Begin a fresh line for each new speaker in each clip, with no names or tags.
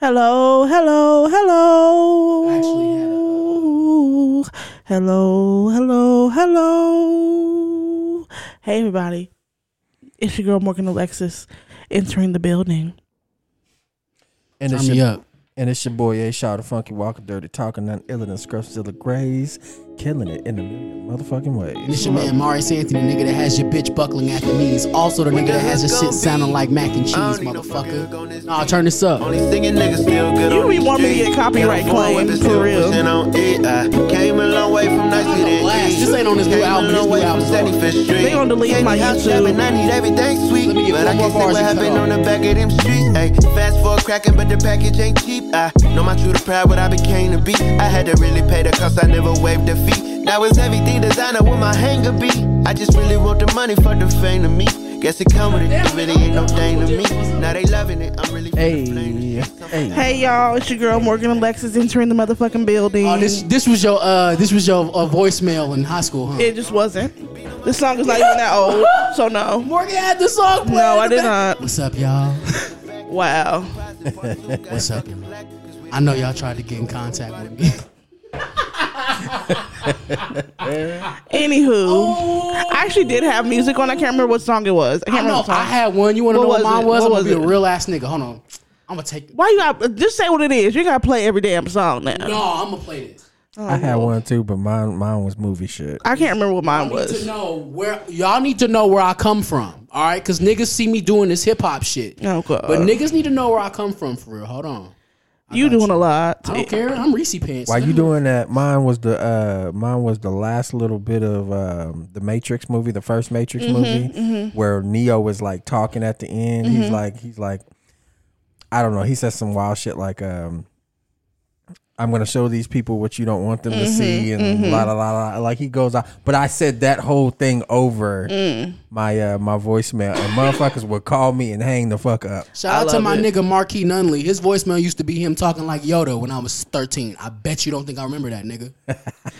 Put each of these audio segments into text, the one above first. Hello, hello, hello.
I actually had
Hello, hello, hello. Hey, everybody. It's your girl, Morgan Alexis, entering the building.
And it's
Turn me
your,
up.
and it's your boy A Shaw, the Funky Walker, Dirty Talking, None Iller Than Scruffzilla Grays, killing it in a million motherfucking
And
ways.
it's your man Maurice Anthony, nigga that has your bitch buckling at the knees. Also the nigga that has your shit sounding like mac and cheese, motherfucker. Nah, turn this up.
Only singing niggas still good
You
on E
be
the
wanting to
street.
get copyright
Got a phone with
claim,
it,
for
still
real.
pushing on it. I came a long way from
on
Nike
the
to
blast.
East.
This ain't on his new
Came a
album. His
long
new
way
album's
from
on.
75th Street.
They gonna delete
Came
my
out
YouTube.
shopping, I need everything sweet.
Let me get
But
one
I
more
can see
bars
what
and cut
happened
off.
on the back of them streets. Ay, fast for cracking, but the package ain't cheap. I know my true to pride, what I became to be. I had to really pay the cost, I never waived the fee. Now it's everything designer, what my hanger be. I just really want the money for the fame to me. Guess it come with it, it really ain't no thing to me. Now they loving it, I'm really
Hey,
Hey,
hey.
Hey, y'all. It's your girl, Morgan Alexis, entering the motherfucking building.
Oh, this this was your uh this was your uh, voicemail in high school, huh?
it just wasn't. This song is not even that old, so no.
Morgan had the song. playing
No, I
in the
did
back.
not.
What's up, y'all?
Wow.
What's up? I know y'all tried to get in contact with me.
Anywho, I actually did have music on. I can't remember what song it was. I
I
can't
know.
remember. the
I
song.
had one. You want to
What
know what
was
mine
it?
was?
What
I'm gonna
was
be a
it?
real ass nigga. Hold on. I'm gonna take.
Why you got just say what it is? You gotta play every damn song now.
No, I'm gonna play this.
I had one too, but mine mine was movie shit.
I can't remember what mine
need to
was.
know where y'all need to know where I come from. All right, because niggas see me doing this hip hop shit.
Oh, God.
But niggas need to know where I come from for real. Hold on.
You doing a lot.
I don't care. I'm Reese pants.
While you doing that, mine was the uh mine was the last little bit of um the Matrix movie, the first Matrix movie, where Neo was like talking at the end. He's like he's like I don't know, he says some wild shit like um I'm gonna show these people what you don't want them to see and la la la la like he goes out but I said that whole thing over my uh my voicemail and motherfuckers would call me and hang the fuck up.
Shout out to
love
my
it.
nigga Marquis Nunley. His voicemail used to be him talking like Yoda when I was 13. I bet you don't think I remember that nigga.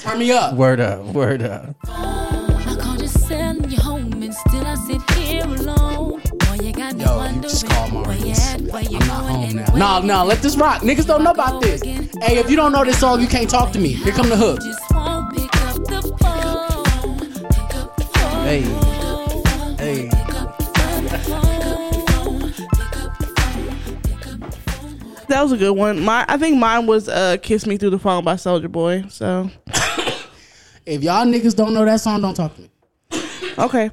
Turn me up.
Word up, word up.
I called your cell and your home, and still I sit here alone. Boy, you got me
Yo, you
wondering
just called
where you
Maurice.
at,
I'm
where you
not
going,
home
and
now.
where
Nah,
you
nah, let this rock. Niggas don't know about this. Hey, if you don't know this song, you can't talk to me. Here come the hook.
just won't pick up the phone. Pick up the phone.
Hey.
Pick up the phone.
Hey.
Pick up the phone. Pick up the phone. Pick up the phone. Pick up the phone.
That was a good one. My I think mine was uh Kiss Me Through the Phone by Soldier Boy. So
If y'all niggas don't know that song, don't talk to me.
okay.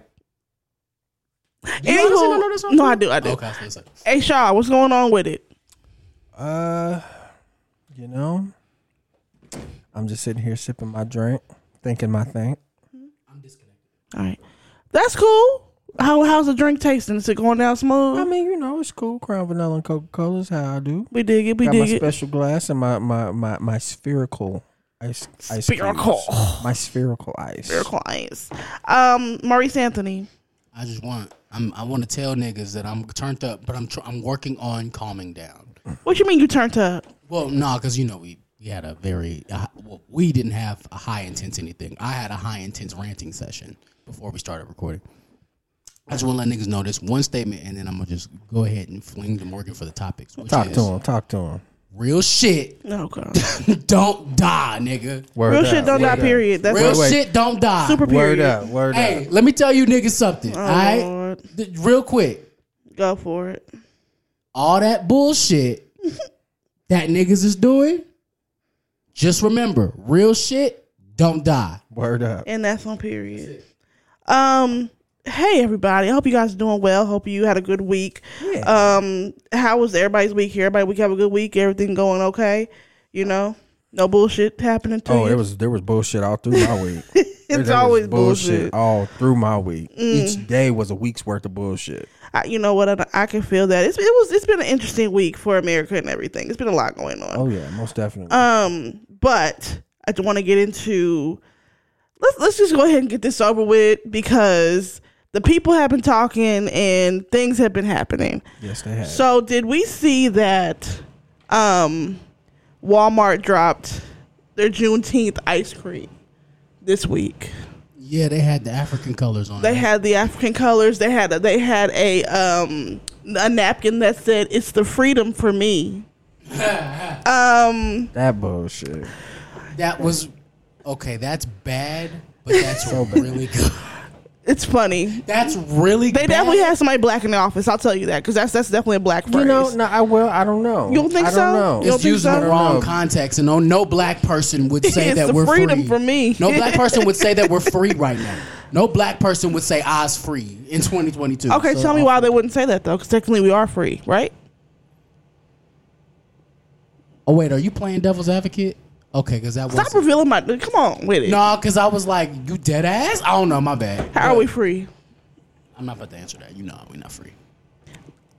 You honestly
Anywho-
don't know that song?
no, I do, I do.
Okay, I was gonna say.
Hey Shaw, what's going on with it?
Uh, you know, I'm just sitting here sipping my drink, thinking my thing.
All right. That's cool. How how's the drink tasting? Is it going down smooth?
I mean, you know, it's cool. Crown vanilla and Coca Cola is how I do.
we dig it, we
Got my
dig it.
special glass and my my my my spherical ice. ice cubes.
Spherical.
My spherical ice.
Miracle Ice. Um, Maurice Anthony.
I just want I'm, I want to tell niggas that I'm turned up, but I'm tr- I'm working on calming down.
What you mean you turned up?
Well, no, because you know we we had a very uh, well, we didn't have a high intense anything. I had a high intense ranting session before we started recording. I just want to let niggas know this one statement, and then I'm gonna just go ahead and fling to Morgan for the topics. Which
Talk
is,
to him. Talk to him.
Real shit,
Oh god.
don't die, nigga.
Word
Real
up,
shit don't
word
die,
up.
period. That's
Real
Wait, wait.
shit, don't die.
super
Word
period. Oh,
up. Word
hey,
up.
let me tell you niggas something.
Oh,
all right,
Lord.
Th- real quick.
Go for it.
all that bullshit that niggas is doing, just remember, real shit don't die.
Word up.
And that's on period. Um, hey everybody. I hope you guys are doing well. Hope you had a good week. Um, how was everybody's week here? Everybody week have a good week, everything going okay? You know? No bullshit happening to
Oh,
you.
it was there was bullshit all through my week. There was
always bullshit. Mm.
all through my week. Each day was a week's worth of bullshit.
I, you know what? I, I can feel that. It's, it was it's been an interesting week for America and everything. It's been a lot going on.
Oh yeah, most definitely.
Um, but I do want to get into let's let's just go ahead and get this over with because the people have been talking and things have been happening.
yes, they had.
So did we see that um Walmart dropped their Juneteenth ice cream this week?
Yeah, they had the African colors on
They
it.
had the African colors. They had a, they had a um a napkin that said "It's the freedom for me." Um,
That bullshit.
That was okay. That's bad, but that's really good.
it's funny.
That's really
They
bad.
definitely had somebody black in the office. I'll tell you that because that's that's definitely a black phrase.
You know, no, I will. I don't know.
You don't think
I
so?
don't
You
know.
don't
It's used in
so?
the
I
wrong
don't know.
context, and no, no black person would say
It's
that
the
we're
freedom
free.
for me.
No black person would say that we're free right now. No black person would say Oz free in 2022.
Okay,
So,
tell me why they wouldn't say that though, because technically we are free, right?
Oh wait, are you playing devil's advocate? Okay, because that
Stop
was
revealing my. Come on with it.
no, because I was like, you dead ass. I don't know. My bad.
How are we free?
I'm not about to answer that. You know, we're not free.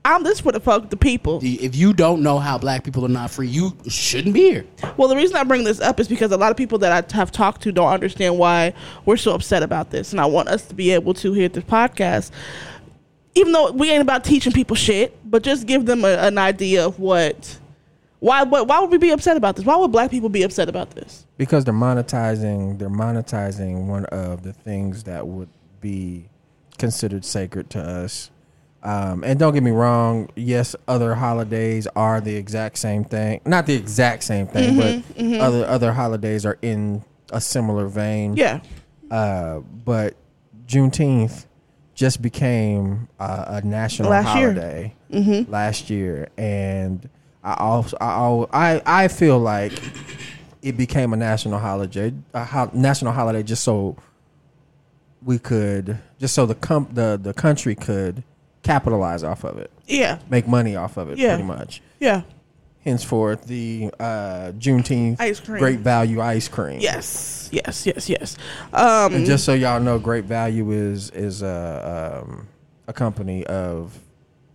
I'm this for the fuck the people.
The- If you don't know how black people are not free, you shouldn't be here.
Well, the reason I bring this up is because a lot of people that I t- have talked to don't understand why we're so upset about this, and I want us to be able to hear this podcast. Even though we ain't about teaching people shit, but just give them a, an idea of what, why, what, why would we be upset about this? Why would black people be upset about this?
because they're monetizing. They're monetizing one of the things that would be considered sacred to us. Um, and don't get me wrong. Yes, other holidays are the exact same thing. Not the exact same thing, but
Mm-hmm,
other other holidays are in a similar vein.
Yeah,
Uh, but Juneteenth just became uh, a national
Last year. Mm-hmm.
holiday last year, and I also I, al- I I feel like it became a national holiday, a ho- national holiday, just so we could, just so the com- the the country could capitalize off of it,
yeah,
make money off of it,
Yeah.
pretty much.
yeah.
Henceforth, the uh, Juneteenth
Ice cream.
great value ice cream.
Yes, yes, yes, yes. Um,
And just so y'all know, Great Value is is a um, a company of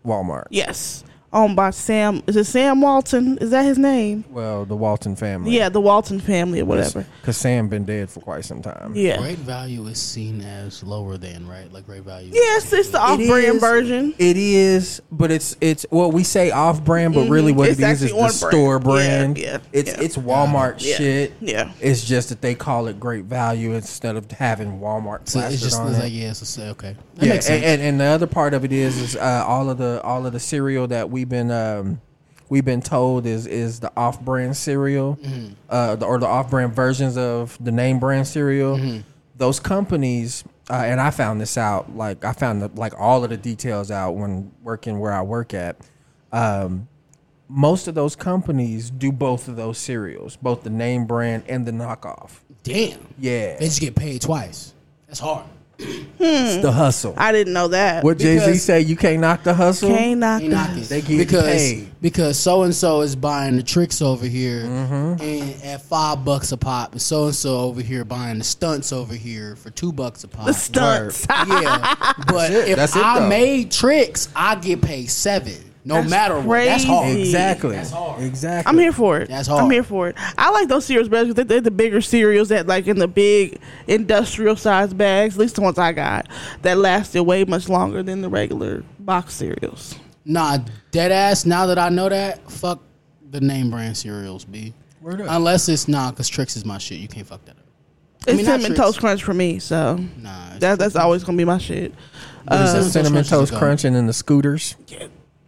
Walmart.
yes, owned by Sam. Is it Sam Walton? Is that his name?
Well, the Walton family.
Yeah, the Walton family or whatever.
Because Sam been dead for quite some time.
Yeah,
Great value is seen as lower than, right? Like great value.
yes, it's the
It
off-brand
is-
version.
It is, but it's it's well we say off brand, but really what
Mm-hmm. It's
it's it is is the
actually on brand.
store brand.
Yeah, yeah,
it's
yeah.
it's Walmart
Yeah,
shit.
yeah.
it's just that they call it Great Value instead of having Walmart.
So it's
plastered
just
on
it's
it.
like yeah, it's a say okay. That
yeah,
makes sense.
and, and and the other part of it is is uh, all of the all of the cereal that we've been um, we've been told is is the off brand cereal,
Mm-hmm.
uh, the, or the off brand versions of the name brand cereal.
Mm-hmm.
Those companies, uh, and I found this out. Like I found the, like all of the details out when working where I work at. Um, most of those companies do both of those cereals, both the name brand and the knockoff.
Damn.
Yeah,
They just get paid twice. That's hard.
it's the hustle.
I didn't know that.
What Jay Z
Because-
say? You can't knock the hustle.
Can't knock
They
that.
knock it.
They get
because
paid.
because so and so is buying the tricks over here and at five bucks a pop, and so and so over here buying the stunts over here for two bucks a pop.
the stunts.
yeah, but
it.
if
That's it,
I
though.
made tricks, I get paid seven, no matter what. That's hard.
crazy.
Exactly.
Oh, That's hard.
Exactly.
I'm here for it.
That's
I'm
hard.
here for it. I like those cereals better because they, are the bigger cereals that, like, in the big industrial sized bags, at least the ones I got, that lasted way much longer than the regular box cereals.
Nah, dead ass. Now that I know that, fuck the name brand cereals, b.
Word up.
Unless it's nah, cause tricks is my shit. You can't fuck that up.
It's
mean, not
cinnamon
Trix.
toast crunch for me, so
Nah,
that, that's always gonna be my shit.
uh,
cinnamon toast crunch and then the scooters.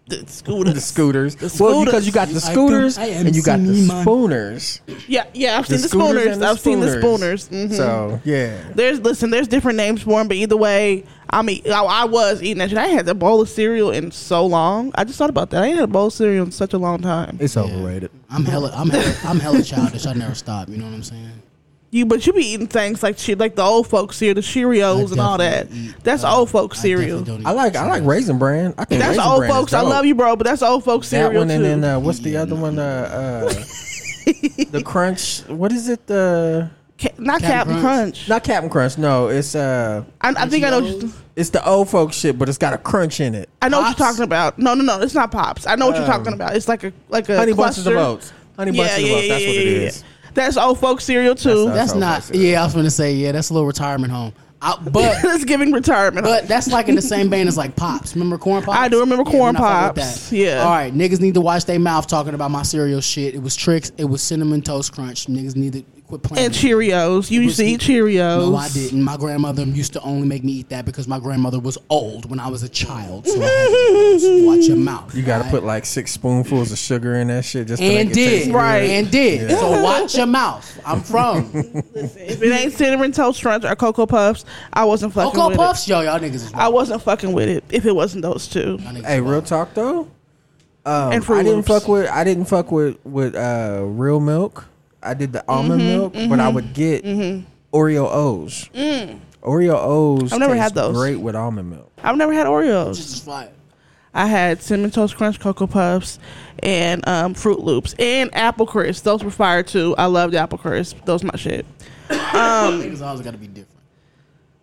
The scooter,
The scooters.
The
Well, because
scooters.
you got the
I think
scooters
I am
and you got the
seeing mine.
spooners.
Yeah, yeah, I've seen the,
scooters
spooners.
and the
I've seen the
spooners.
spooners. hmm
So yeah.
There's listen, there's different names for them, but either way, I mean, I, I was eating that shit. I ain't had a bowl of cereal in so long. I just thought about that. I ain't had a bowl of cereal in such a long time.
It's overrated.
I'm hella, I'm hella, I'm hella childish. I never stop. You know what I'm saying?
You, but you be eating things like shit, like the old folks cereal, the Cheerios, and all that.
definitely eat,
That's
uh,
old folks
I
cereal.
definitely don't eat
I like I like
cereals.
raisin bran. I think
That's
Raisin
old
Bran is
folks. I
dope.
love you, bro, but that's old folks
That
cereal
one and
too.
then uh, what's the other one? Uh, uh, the crunch. What is it? The
Ca- not
Cap'n
Captain Crunch.
not Captain Crunch. No, it's uh,
I, I think I know. what you-
Cheerios?
it's the old folks shit, but it's got a crunch in it.
I know what
Pops?
you're talking about. No, no, no. It's not pops. I know what you're
Um,
talking about. It's like a like a
Honey
cluster.
bunches of oats. Honey bunches of oats. That's what it is.
That's old folks cereal too.
That's
That's
old
not.
folks cereal.
Yeah, I was gonna say yeah. That's a little retirement home. I, but
That's giving retirement.
but that's like in the same vein as like pops. Remember corn pops?
I do remember Corn
man, I fuck with
Pops.
that.
Yeah.
All right, niggas need to watch their mouth talking about my cereal shit. It was tricks. It was cinnamon toast crunch. Niggas need to quit playing.
And Cheerios. You used to eat Cheerios.
No, I didn't. My grandmother used to only make me eat that because my grandmother was old when I was a child. So I had to watch your mouth.
You gotta
right?
put like six spoonfuls of sugar in that shit just to
and
make it taste
did
good.
Right.
and did. So watch your mouth. I'm from
If it ain't cinnamon toast crunch or cocoa puffs, I wasn't fucking
Cocoa
with
Puffs. Yo, y'all niggas is
it. I
wild.
wasn't fucking with it if it wasn't those two.
Y'all niggas is
Hey, real
wild.
talk though. Um,
And Froot
I didn't
Loops.
fuck with I didn't fuck with with uh, real milk. I did the almond
Mm-hmm,
milk, but I would get Oreo O's. Oreo O's.
Mm. I've never
taste
had those.
Great with almond milk.
I've never had Oreos.
This is fire.
I had cinnamon toast crunch, cocoa puffs, and um, Fruit Loops and apple crisp. Those were fire too. I loved apple crisp. Those my shit.
niggas always got to be different.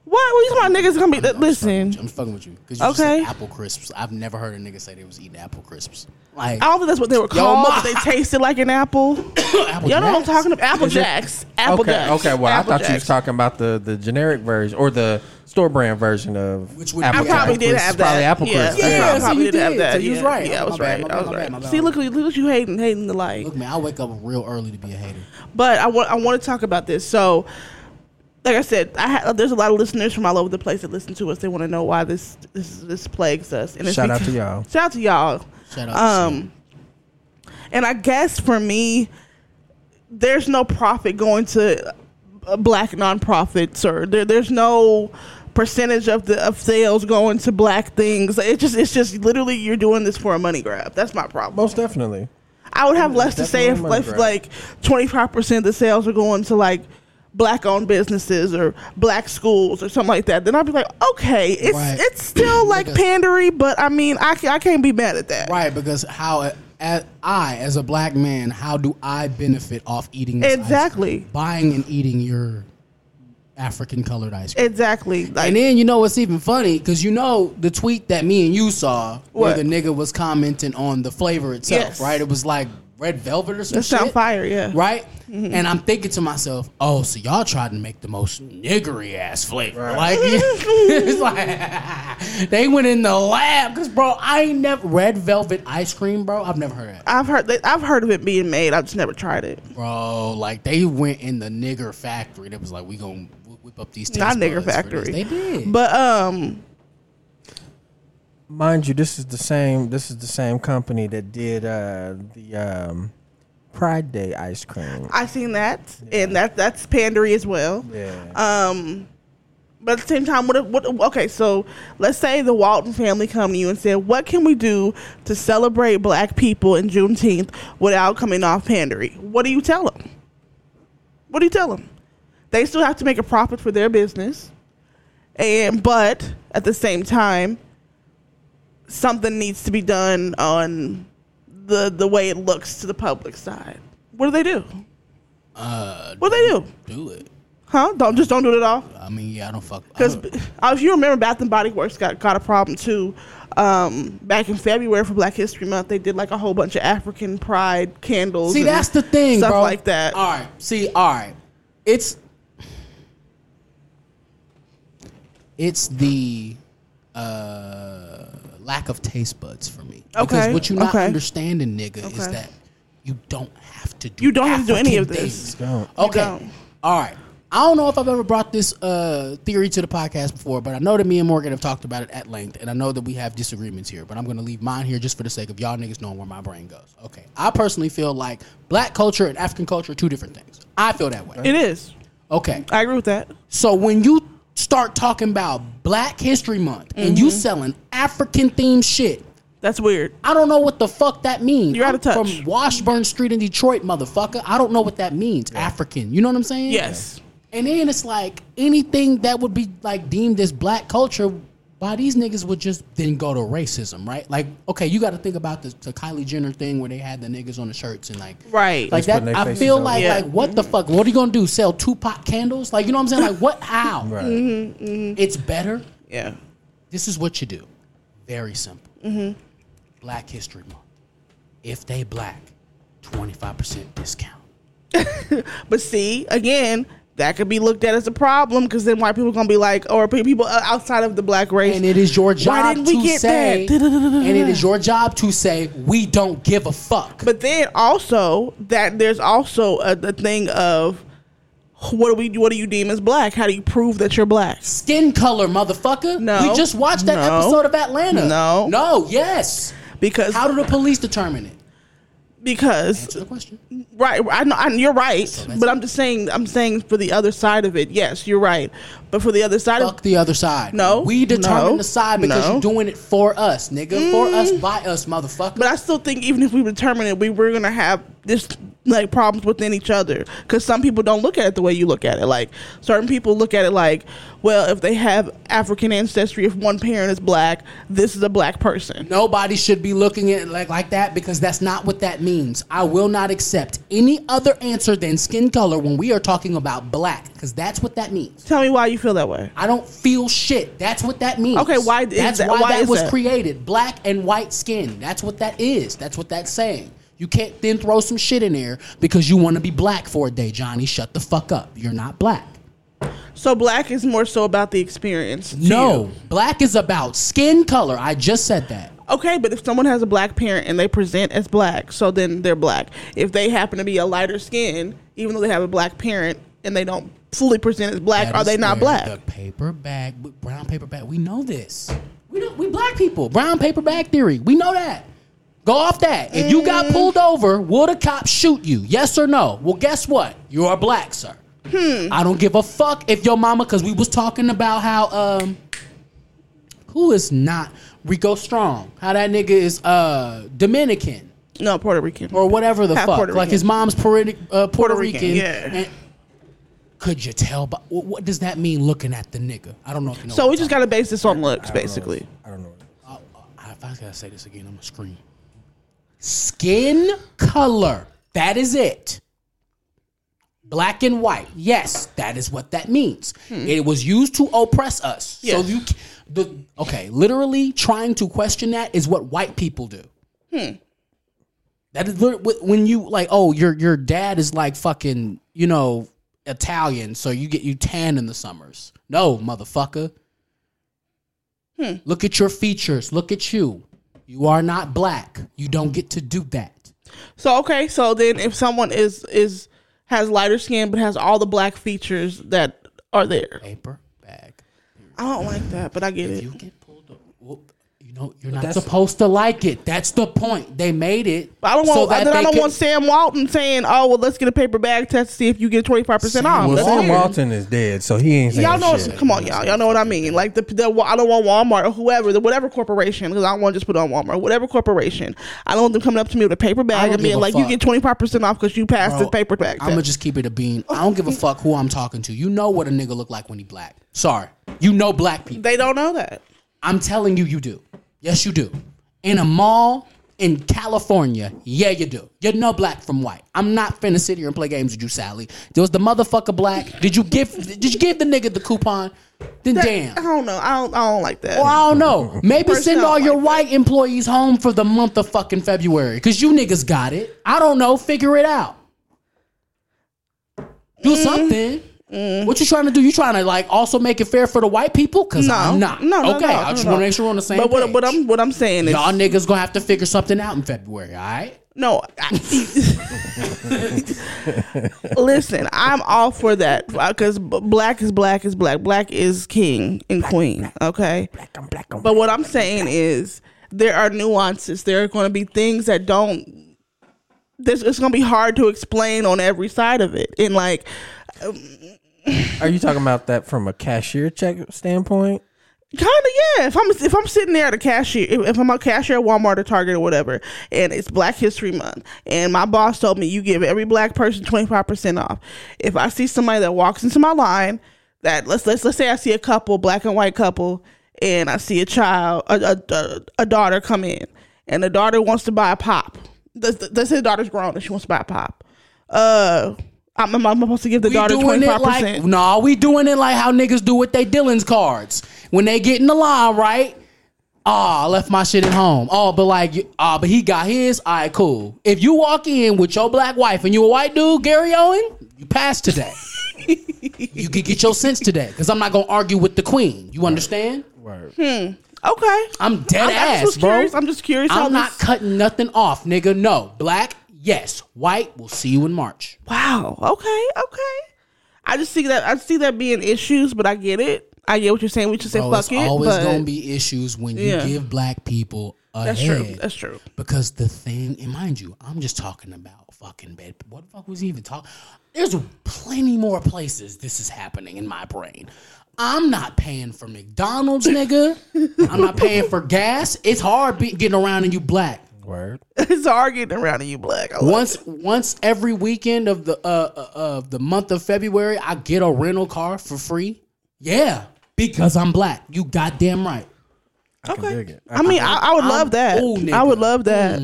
What? What these my niggas gonna be?
I'm
listen,
just fucking with you because you just said
Okay.
apple crisps. I've never heard a nigga say they was eating apple crisps. Like
I don't think that's what they were called.
Ma.
but they tasted like an apple.
apple
Y'all know what I'm
Jacks.
talking about? Apple Jacks. Apple
okay,
Jacks.
okay. Well,
Apple
I thought you was
Jacks.
talking about the the generic version or the store brand version of
Which would-
I
Apple
probably
Jacks
did
Crisp.
have that.
Probably apple
yeah.
crisp.
Yeah,
That's
I
right.
probably
Yeah,
did
so
have
you
that.
did. So you
yeah.
was right.
Yeah, I
My
was
bad,
right.
my
I
bad,
was
my bad, my
right.
bad.
See, look, look what you hating, hating the light.
Look, man, I wake up real early to be a hater.
But I want I want to talk about this. So, like I said, I ha- there's a lot of listeners from all over the place that listen to us. They want to know why this this this plagues us. And
Shout out
because-
to y'all.
Shout out to y'all.
Shout out. to
Um, and I guess for me, there's no profit going to uh, black nonprofits, or there, there's no percentage of the of sales going to black things. It just it's just literally you're doing this for a money grab. That's my problem.
Most definitely.
I would have less to say if
Definitely
like,
money grab.
like 25% of the sales are going to like black owned businesses or black schools or something like that. Then I'd be like, okay, it's
Right.
it's still like
Because-
pandery, but I mean, I, ca- I can't be mad at that.
Right, because how as I as a black man, how do I benefit off eating this ice cream?
Exactly.
buying and eating your African colored ice cream?
Exactly. Like,
and then you know what's even funny because you know the tweet that me and you saw
What?
where the nigga was commenting on the flavor itself,
Yes.
right? It was like red velvet or some
that sound
shit,
fire, yeah.
right? And I'm thinking to myself, oh, so y'all tried to make the most niggery ass flavor, like it's like they went in the lab because bro, I ain't never red velvet ice cream, bro. I've never heard of that
I've heard that I've heard of it being made. I've just never tried it.
bro. Like they went in the nigger factory. That was like, we gonna whip up these.
Not
taste
nigger
buds for this.
factory.
They did,
But um
Mind you, this is the same. This is the same company that did uh, the um, Pride Day ice cream.
I seen that and that that's pandery as well.
Yeah.
uh, But at the same time, what, if- what? Okay, so let's say the Walton family come to you and said, "What can we do to celebrate Black people in Juneteenth without coming off pandery?" What do you tell them? What do you tell them? They still have to make a profit for their business, and but at the same time, something needs to be done on the the way it looks to the public side. What do they do?
uh,
What do they do?
do it.
Huh? Don't just don't do it at all.
I mean, yeah, I don't fuck. I
Because
don't-
if you remember, Bath and Body Works got, got a problem too. Um, back in February for Black History Month, they did like a whole bunch of African pride candles.
see,
and
that's the thing,
stuff
bro.
like that.
All right, see, all right, it's it's the uh, lack of taste buds for me.
Okay,
Because what you not
okay.
understanding, nigga, is
Okay.
that you don't have to do.
You don't have to do any of
African
this.
things.
Don't.
Okay.
don't.
All right. I don't know if I've ever brought this uh, theory to the podcast before, but I know that me and Morgan have talked about it at length, and I know that we have disagreements here, but I'm going to leave mine here just for the sake of y'all niggas knowing where my brain goes. Okay. I personally feel like black culture and African culture are two different things. I feel that way.
It is.
Okay.
I agree with that.
So when you start talking about Black History Month and
Mm-hmm.
you selling African themed shit,
That's weird.
I don't know what the fuck that means.
You're out
I'm
of touch.
From Washburn Street in Detroit, motherfucker. I don't know what that means. African. You know what I'm saying?
Yes.
And then it's like anything that would be like deemed as black culture by these niggas would just then go to racism, right? Like, okay, you got to think about the, the Kylie Jenner thing where they had the niggas on the shirts and like,
Right.
like
putting
that.
their
I
faces
feel
on.
like,
Yeah.
like, what the fuck? What are you gonna do? Sell Tupac candles? Like, you know what I'm saying? Like, what? How?
Right.
mm-hmm.
It's better.
Yeah.
This is what you do. Very simple. Black History Month. If they black, twenty five percent discount.
But see, again, that could be looked at as a problem because then white people gonna be like, or pe- people uh, outside of the black race.
and it is your job
Why didn't we
to
get
say,
that?
and it is your job to say we don't give a fuck.
But then also that there's also a, the thing of what do we? What do you deem as black? How do you prove that you're black?
Skin color, motherfucker.
No.
We just watched that
No.
episode of Atlanta.
No.
No, yes.
Because
How do the police determine it?
because
Answer the question.
right, I know I, you're right, but I'm just saying I'm saying for the other side of it. Yes, you're right, but for the other side of
Fuck the other side.
No.
We determine
No.
the side because
No. Mm.
you're doing it for us, nigga. For us, by us, motherfucker.
But I still think even if we determine it, we we're gonna have this like problems within each other because some people don't look at it the way you look at it. Like certain people look at it like, well, if they have African ancestry, if one parent is black, this is a black person.
Nobody should be looking at it like, like that because that's not what that means. I will not accept any other answer than skin color when we are talking about black because that's what that means.
Tell me why you feel that way.
I don't feel shit. That's what that means.
Okay, why is
That's
that-
why,
why
that
is
was
that?
created. Black and white skin. That's what that is. That's what that's saying. You can't then throw some shit in there because you want to be black for a day, Johnny. Shut the fuck up. You're not black.
So black is more so about the experience. to
No,
you.
black is about skin color. I just said that.
Okay, but if someone has a black parent and they present as black, so then they're black. If they happen to be a lighter skin, even though they have a black parent and they don't fully present as black,
That
are
is
they not
where
black?
The paper bag, brown paper bag. We know this. We know we black people. Brown paper bag theory. We know that. Go off that. If you
Mm.
got pulled over, will the cops shoot you? Yes or no? Well, guess what? You are black, sir.
Hmm.
I don't give a fuck if your mama, because we was talking about how um, who is not Rico Strong? How that nigga is uh Dominican
No, Puerto Rican.
or whatever the
Half
fuck.
Puerto
like
Rican.
his mom's Puerto, uh, Puerto,
Puerto
Rican.
Rican, yeah.
And- could you tell? But what, what does that mean? Looking at the nigga, I don't know. If you know
So
what
we
I'm
just
talking
gotta base this on looks, basically.
I don't know.
about. If I gotta say this again, I'm gonna scream. Skin color. That is it. Black and white. Yes, that is what that means. It was used to oppress us.
Yes.
So you, c- the okay, literally trying to question that is what white people do. That is lit- wh- when you like, oh, your your dad is like fucking, you know, Italian, so you get you tan in the summers. No, motherfucker. Look at your features. Look at you. You are not black. You don't get to do that.
So okay, so then if someone is is has lighter skin but has all the black features that are there,
Paper bag.
I don't like that, but I get
You
it.
get pulled up. Well, you know, you're not supposed to like it. That's the point. They made it.
But I don't want.
so that
then I
they
don't
could-
want Sam Walton saying, "Oh well, let's get a paper bag test to see if you get twenty five percent off."
Well,
That's
Sam
weird.
Walton is dead, so he ain't. Saying
Y'all know,
shit.
come on, y'all. Y'all know what I mean. Like the, the I don't want Walmart or whoever, the whatever corporation, because I don't want to just put on Walmart, whatever corporation. I don't want them coming up to me with a paper
I
bag
don't
and being
give a
like,
fuck.
"You get twenty five percent off because you passed the paper bag."
I'm gonna
test."
Oh, just keep it a bean. I don't give a fuck who I'm talking to. You know what a nigga look like when he black. Sorry, you know black people.
they don't know that.
I'm telling you, you do. Yes, you do. In a mall in California, yeah, you do. You know black from white. I'm not finna sit here and play games with you, Sally. There was the motherfucker black. Did you give? Did you give the nigga the coupon? Then
That-
damn.
I don't know. I don't. I don't like that.
Well, I don't know. Maybe
Personally,
send
I
all
don't
your
like
white employees home for the month of fucking February. Cause you niggas got it. I don't know. Figure it out. Do
Mm.
something. What you trying to do? You trying to like also make it fair for the white people? Cause
no,
I'm not.
No, no,
okay.
no,
I
no,
just
no.
want to make sure we're on the same
But what,
page.
what I'm what I'm saying is
Y'all niggas gonna have to figure something out in February, all right?
no. I, listen, I'm all for that because black is black is black. Black is king and queen. okay.
I'm black. I'm
But what I'm saying is there are nuances. There are going to be things that don't. This it's going to be hard to explain on every side of it, and like
Are you talking about that from a cashier check standpoint?
Kind of, yeah. If I'm if I'm sitting there at a cashier, if, if I'm a cashier at Walmart or Target or whatever, and it's Black History Month, and my boss told me you give every black person twenty five percent off. If I see somebody that walks into my line, that let's let's let's say I see a couple, black and white couple, and I see a child, a a, a, a daughter come in, and the daughter wants to buy a pop. Let's, let's say the daughter's grown and she wants to buy a pop. Uh, I'm, I'm supposed to give the daughter twenty five
like
percent.
no, we doing it like how niggas do with they Dylan's cards when they get in the line, right? Ah, I left my shit at home. Oh, but like, you- ah, but he got his. All right, cool. If you walk in with your black wife and you a white dude, Gary Owen, you pass today. you can get your sense today because I'm not gonna argue with the queen. You understand?
Hmm.
Okay,
I'm dead
I'm,
ass,
I'm just
bro.
curious. I'm just curious. how
I'm
this-
not cutting nothing off, nigga. No, black, yes, white. We'll see you in March.
Wow. Okay. Okay. I just see that I see that being issues, but I get it. I get what you're saying. We should say
Bro,
fuck
it's
it.
always
but
gonna be issues when you
Yeah.
give black people a
that's
head.
true. That's true.
Because the thing, and mind you, I'm just talking about fucking bed. What the fuck was he even talking? There's plenty more places this is happening in my brain. I'm not paying for McDonald's, nigga. I'm not paying for gas. It's hard be- getting around and you black.
Word.
it's hard getting around in you black. I love
Once, once every weekend of the uh, uh, of the month of February, I get a rental car for free. Yeah, because I'm black. You goddamn right.
it. okay.
dig it.
I, mean, I, I would love that.
old,
I would
nigga.
love that.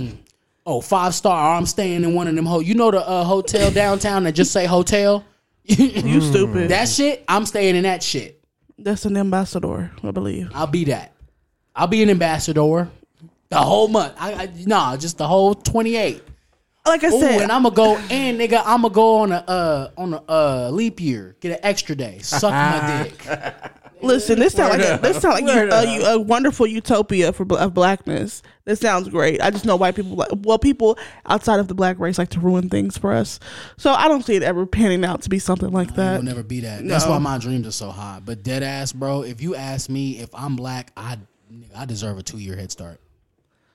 Oh, five star. I'm staying in one of them. Ho- you know the uh, hotel downtown that just say hotel.
You stupid.
That shit, I'm staying in that shit.
that's an ambassador, I believe.
I'll be that. I'll be an ambassador the whole month. I, I nah, just the whole 28.
Like I
Ooh,
said,
and I'ma go and nigga, I'ma go on a uh on a uh leap year, get an extra day, suck my dick.
Listen, this sound like a, this sound like
Word
you, uh, you, a wonderful utopia for bl- of blackness. This sounds great. I just know white people, like- well, people outside of the black race like to ruin things for us. So I don't see it ever panning out to be something like that.
I'll never be that. That's
No.
why my dreams are so high. But dead ass, bro, if you ask me if I'm black, I nigga, I deserve a two year head start.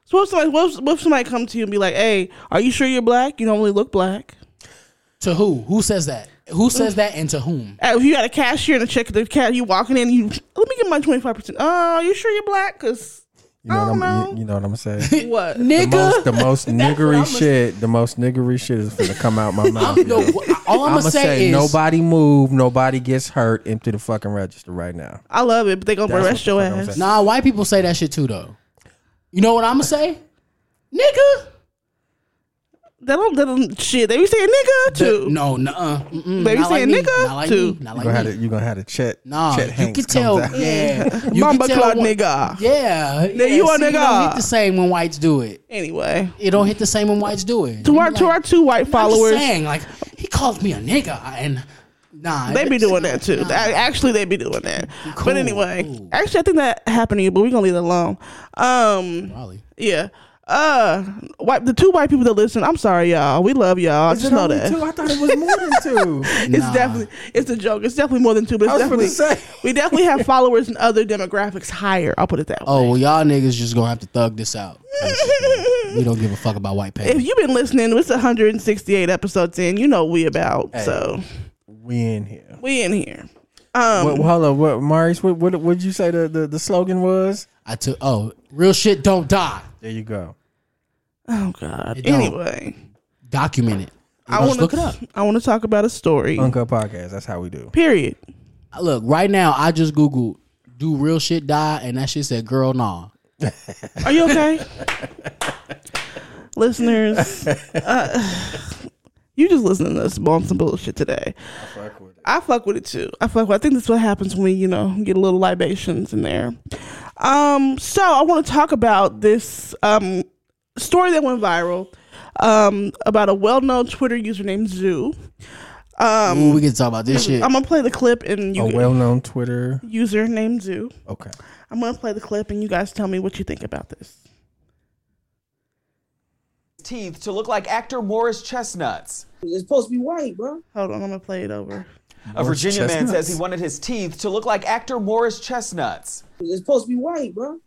So what if somebody, what if, what if somebody come to you and be like, "Hey, are you sure you're black? You don't really look black."
To who? Who says that? Who says that and to whom?
Uh, If you got a cashier and a check the cat, you walking in, you let me get my twenty five percent. Oh, you sure you're black? Cause
You know,
I
what
don't
I'm,
know.
You, you know what I'm saying.
what?
The
Nigga
most, the most
I'ma
niggery
say.
shit, the most niggery shit is gonna come out my mouth.
I'm, no,
yo.
all I'm
I'ma
gonna say, is
nobody move, nobody gets hurt. Empty the fucking register right now.
I love it, but they gonna
That's
arrest
what
your
the fuck I'm
ass.
saying.
Nah, white people say that shit too though. You know what I'm gonna say, nigga?
They don't, they don't shit. They be saying nigga too.
No, nuh-uh. Mm-mm,
They be
not like
saying
me,
nigga
not like
too.
me, not
You gonna
like
have
me.
to, you gonna have to chet.
Nah,
chet
you can
Hanks comes
tell.
out.
Yeah, you
Mamba
can tell
Cloud
one-
nigga.
Yeah,
Nigga,
yeah,
you a
see, It don't
nigga.
hit the same when whites do it.
Anyway,
It don't hit the same when whites do it.
to our
Like,
to our two white
I'm just
followers,
saying, like he called me a nigga, and nah,
they be doing that too.
Nah.
That- Actually, they be doing that.
Cool,
But anyway,
cool.
actually, I think that happened to you, but we are gonna leave it alone. Um,
Probably.
yeah. Uh, white, the two white people that listen, I'm sorry, y'all. We love y'all.
Is
Just
it
know
only
that.
two? I thought it was more than two.
It's definitely it's a joke. It's definitely more than two, but it's
I was finna
definitely
say.
we definitely have followers and other demographics higher. I'll put it that way.
Oh well, y'all niggas just gonna have to thug this out. we don't give a fuck about white
If
pay.
you've been listening, it's 168 episodes in. You know we about. So
we in here.
we in here. Um,
What, hold up, what, Maurice? What what would you say the, the the slogan was?
I took oh real shit don't die.
There you go.
oh God.
It don't.
Anyway.
Document it.
I
Let's
want
look it up.
I want to talk about a story.
Uncle podcast. That's how we do.
Period.
Look right now. I just googled do real shit die and that shit said girl nah.
Are you okay, listeners? Uh, you just listening to us on some bullshit today. I fuck with it too. I fuck with. I think that's what happens when we, you know, get a little libations in there. Um, so I want to talk about this um story that went viral um about a well-known Twitter user named Zoo. Um,
Ooh, we can talk about this shit.
I'm gonna play the clip and you
A
can-
well known Twitter.
user named Zoo.
Okay.
I'm gonna play the clip and you guys tell me what you think about this.
teeth to look like actor Morris Chestnut's.
It's supposed to be white, bro.
Hold on, I'm gonna play it over.
A Virginia man
Chestnuts.
says he wanted his teeth to look like actor Morris Chestnut's.
It's supposed to be white, bro.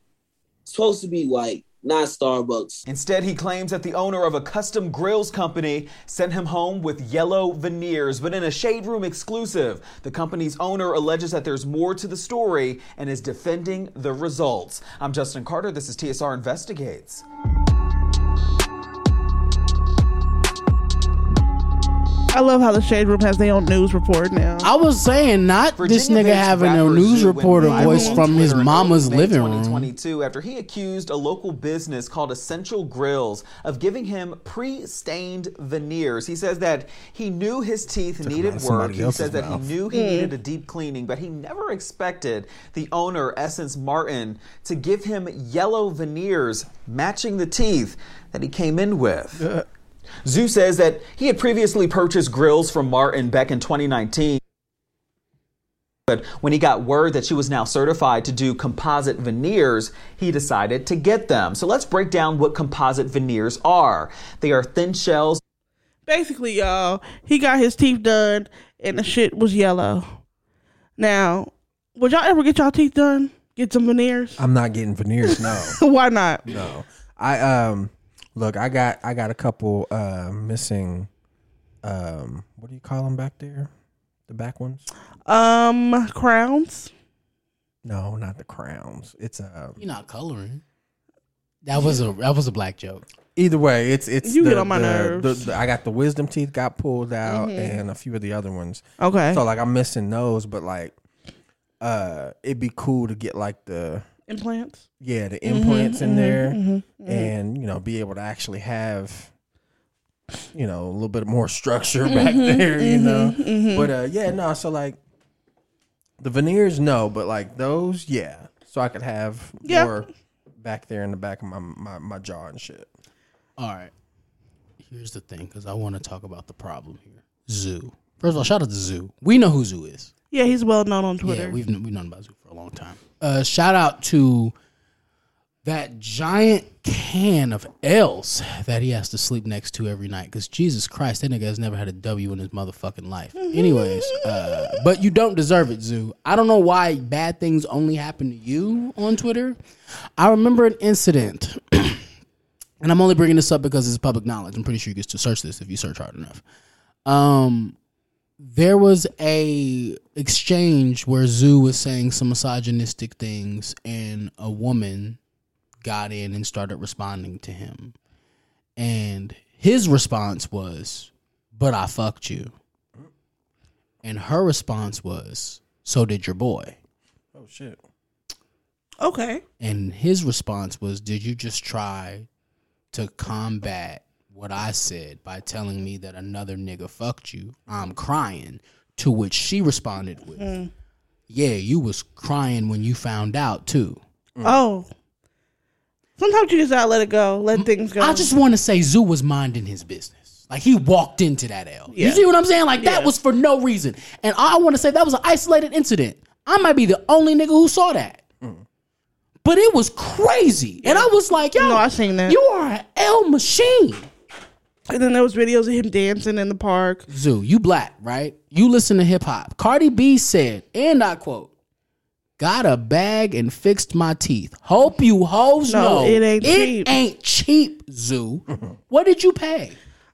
It's supposed to be white, not Starbucks.
Instead, he claims that the owner of a custom grills company sent him home with yellow veneers. But in a shade room exclusive, the company's owner alleges that there's more to the story and is defending the results. I'm Justin Carter. This is TSR Investigates.
I love how the shade room has their own news report now.
I was saying not this nigga
Virginia-based
having a
rapper
news
Zoo went
reporter
viral
voice
on
from his
Twitter in
mama's
May
living room.
2022 after he accused a local business called Essential Grills of giving him pre-stained veneers. He says that he knew his teeth
out
needed
of
work.
somebody
He
else's
says that he
mouth.
knew he needed a deep cleaning, but he never expected the owner, Essence Martin, to give him yellow veneers matching the teeth that he came in with.
Uh.
Zoo says that he had previously purchased grills from Martin back in 2019. But when he got word that she was now certified to do composite veneers, he decided to get them. So let's break down what composite veneers are. They are thin shells
Basically, y'all, he got his teeth done and the shit was yellow. Now, would y'all ever get y'all teeth done? Get some veneers?
I'm not getting veneers. No,
Why not?
no. I um, look, I got I got a couple uh missing. Um, what do you call them back there? The back ones?
Um, crowns.
No, not the crowns. It's um.
You're not coloring. That was a that was a black joke.
Either way, it's it's
You
the,
get on my
the-
nerves. Mm-hmm.
the- the- I got the wisdom teeth got pulled out, and a few of the other ones.
Okay.
So like I'm missing those, but like, uh, it'd be cool to get like the
Implants.
yeah the
Mm-hmm,
implants in there, and you know be able to actually have you know a little bit more structure back
Mm-hmm,
there, you know. But uh, yeah, no. So like the veneers, no, but like those, yeah. So I could have
Yeah.
more back there in the back of my my, my jaw and shit.
All right. Here's the thing, because I want to talk about the problem here. Zoo. First of all, shout out to Zoo. We know who Zoo is.
Yeah, he's well known on Twitter.
Yeah, we've kn- we've known about Zoo for a long time. Uh, shout out to that giant can of L's that he has to sleep next to every night. Because Jesus Christ, that nigga has never had a W in his motherfucking life. Anyways, uh, but you don't deserve it, Zoo. I don't know why bad things only happen to you on Twitter. I remember an incident. And I'm only bringing this up because it's public knowledge. I'm pretty sure you get to search this if you search hard enough. Um, there was a exchange where Zoo was saying some misogynistic things, and a woman got in and started responding to him. And his response was, "But I fucked you." And her response was, "So did your boy."
Oh shit.
Okay.
And his response was, "Did you just try to combat what I said by telling me that another nigga fucked you? I'm crying." To which she responded with,
Mm.
"Yeah, you was crying when you found out too."
Oh. Sometimes you just gotta let it go, let things go.
Mm. I just want to say Zoo was minding his business. Like he walked into that L. You
Yeah.
see what I'm saying? Like that
Yeah.
was for no reason. And I want to say that was an isolated incident. I might be the only nigga who saw that.
Mm.
But it was crazy. And I was like, yo,
No, I seen that.
you are an L machine.
and then there was videos of him dancing in the park.
Zoo, you black, right? You listen to hip hop. Cardi B said, and I quote, Got a bag and fixed my teeth. Hope you hoes
No,
know
it ain't
it
cheap."
ain't cheap, Zoo. what did you pay?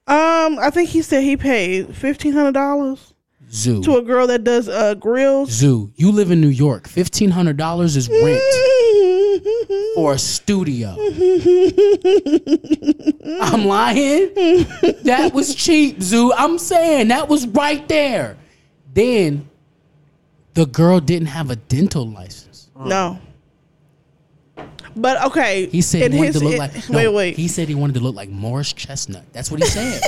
Um, I think he said he paid fifteen hundred dollars
Zoo.
to a girl that does uh grills.
Zoo, you live in New York. Fifteen hundred dollars is rent for a studio. I'm lying. That was cheap, Zoo. I'm saying that was right there. Then the girl didn't have a dental license.
No. But okay,
He said
in
he wanted
his-
to look
it-
like
wait,
no,
wait.
He said he wanted to look like Morris Chestnut. That's what he said.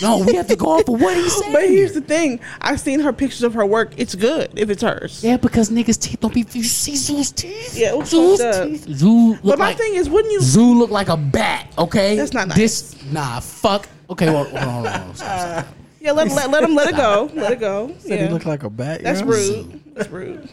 no, we have to go off of what he said.
but here's
here.
the thing: I've seen her pictures of her work. It's good if it's hers.
yeah, because niggas' teeth don't be. You see Zoo's teeth?
Yeah, it was
Zoo's
fucked up.
teeth. Zoo look
But my
like
thing is, wouldn't you?
Zoo looked like a bat. Okay,
That's not nice.
This nah, fuck. Okay, well, hold on, hold on, hold on. Stop, stop.
Yeah, let, let, let him let it go. Let it go.
He
Yeah.
looked like a bat.
That's
yo.
rude. That's rude.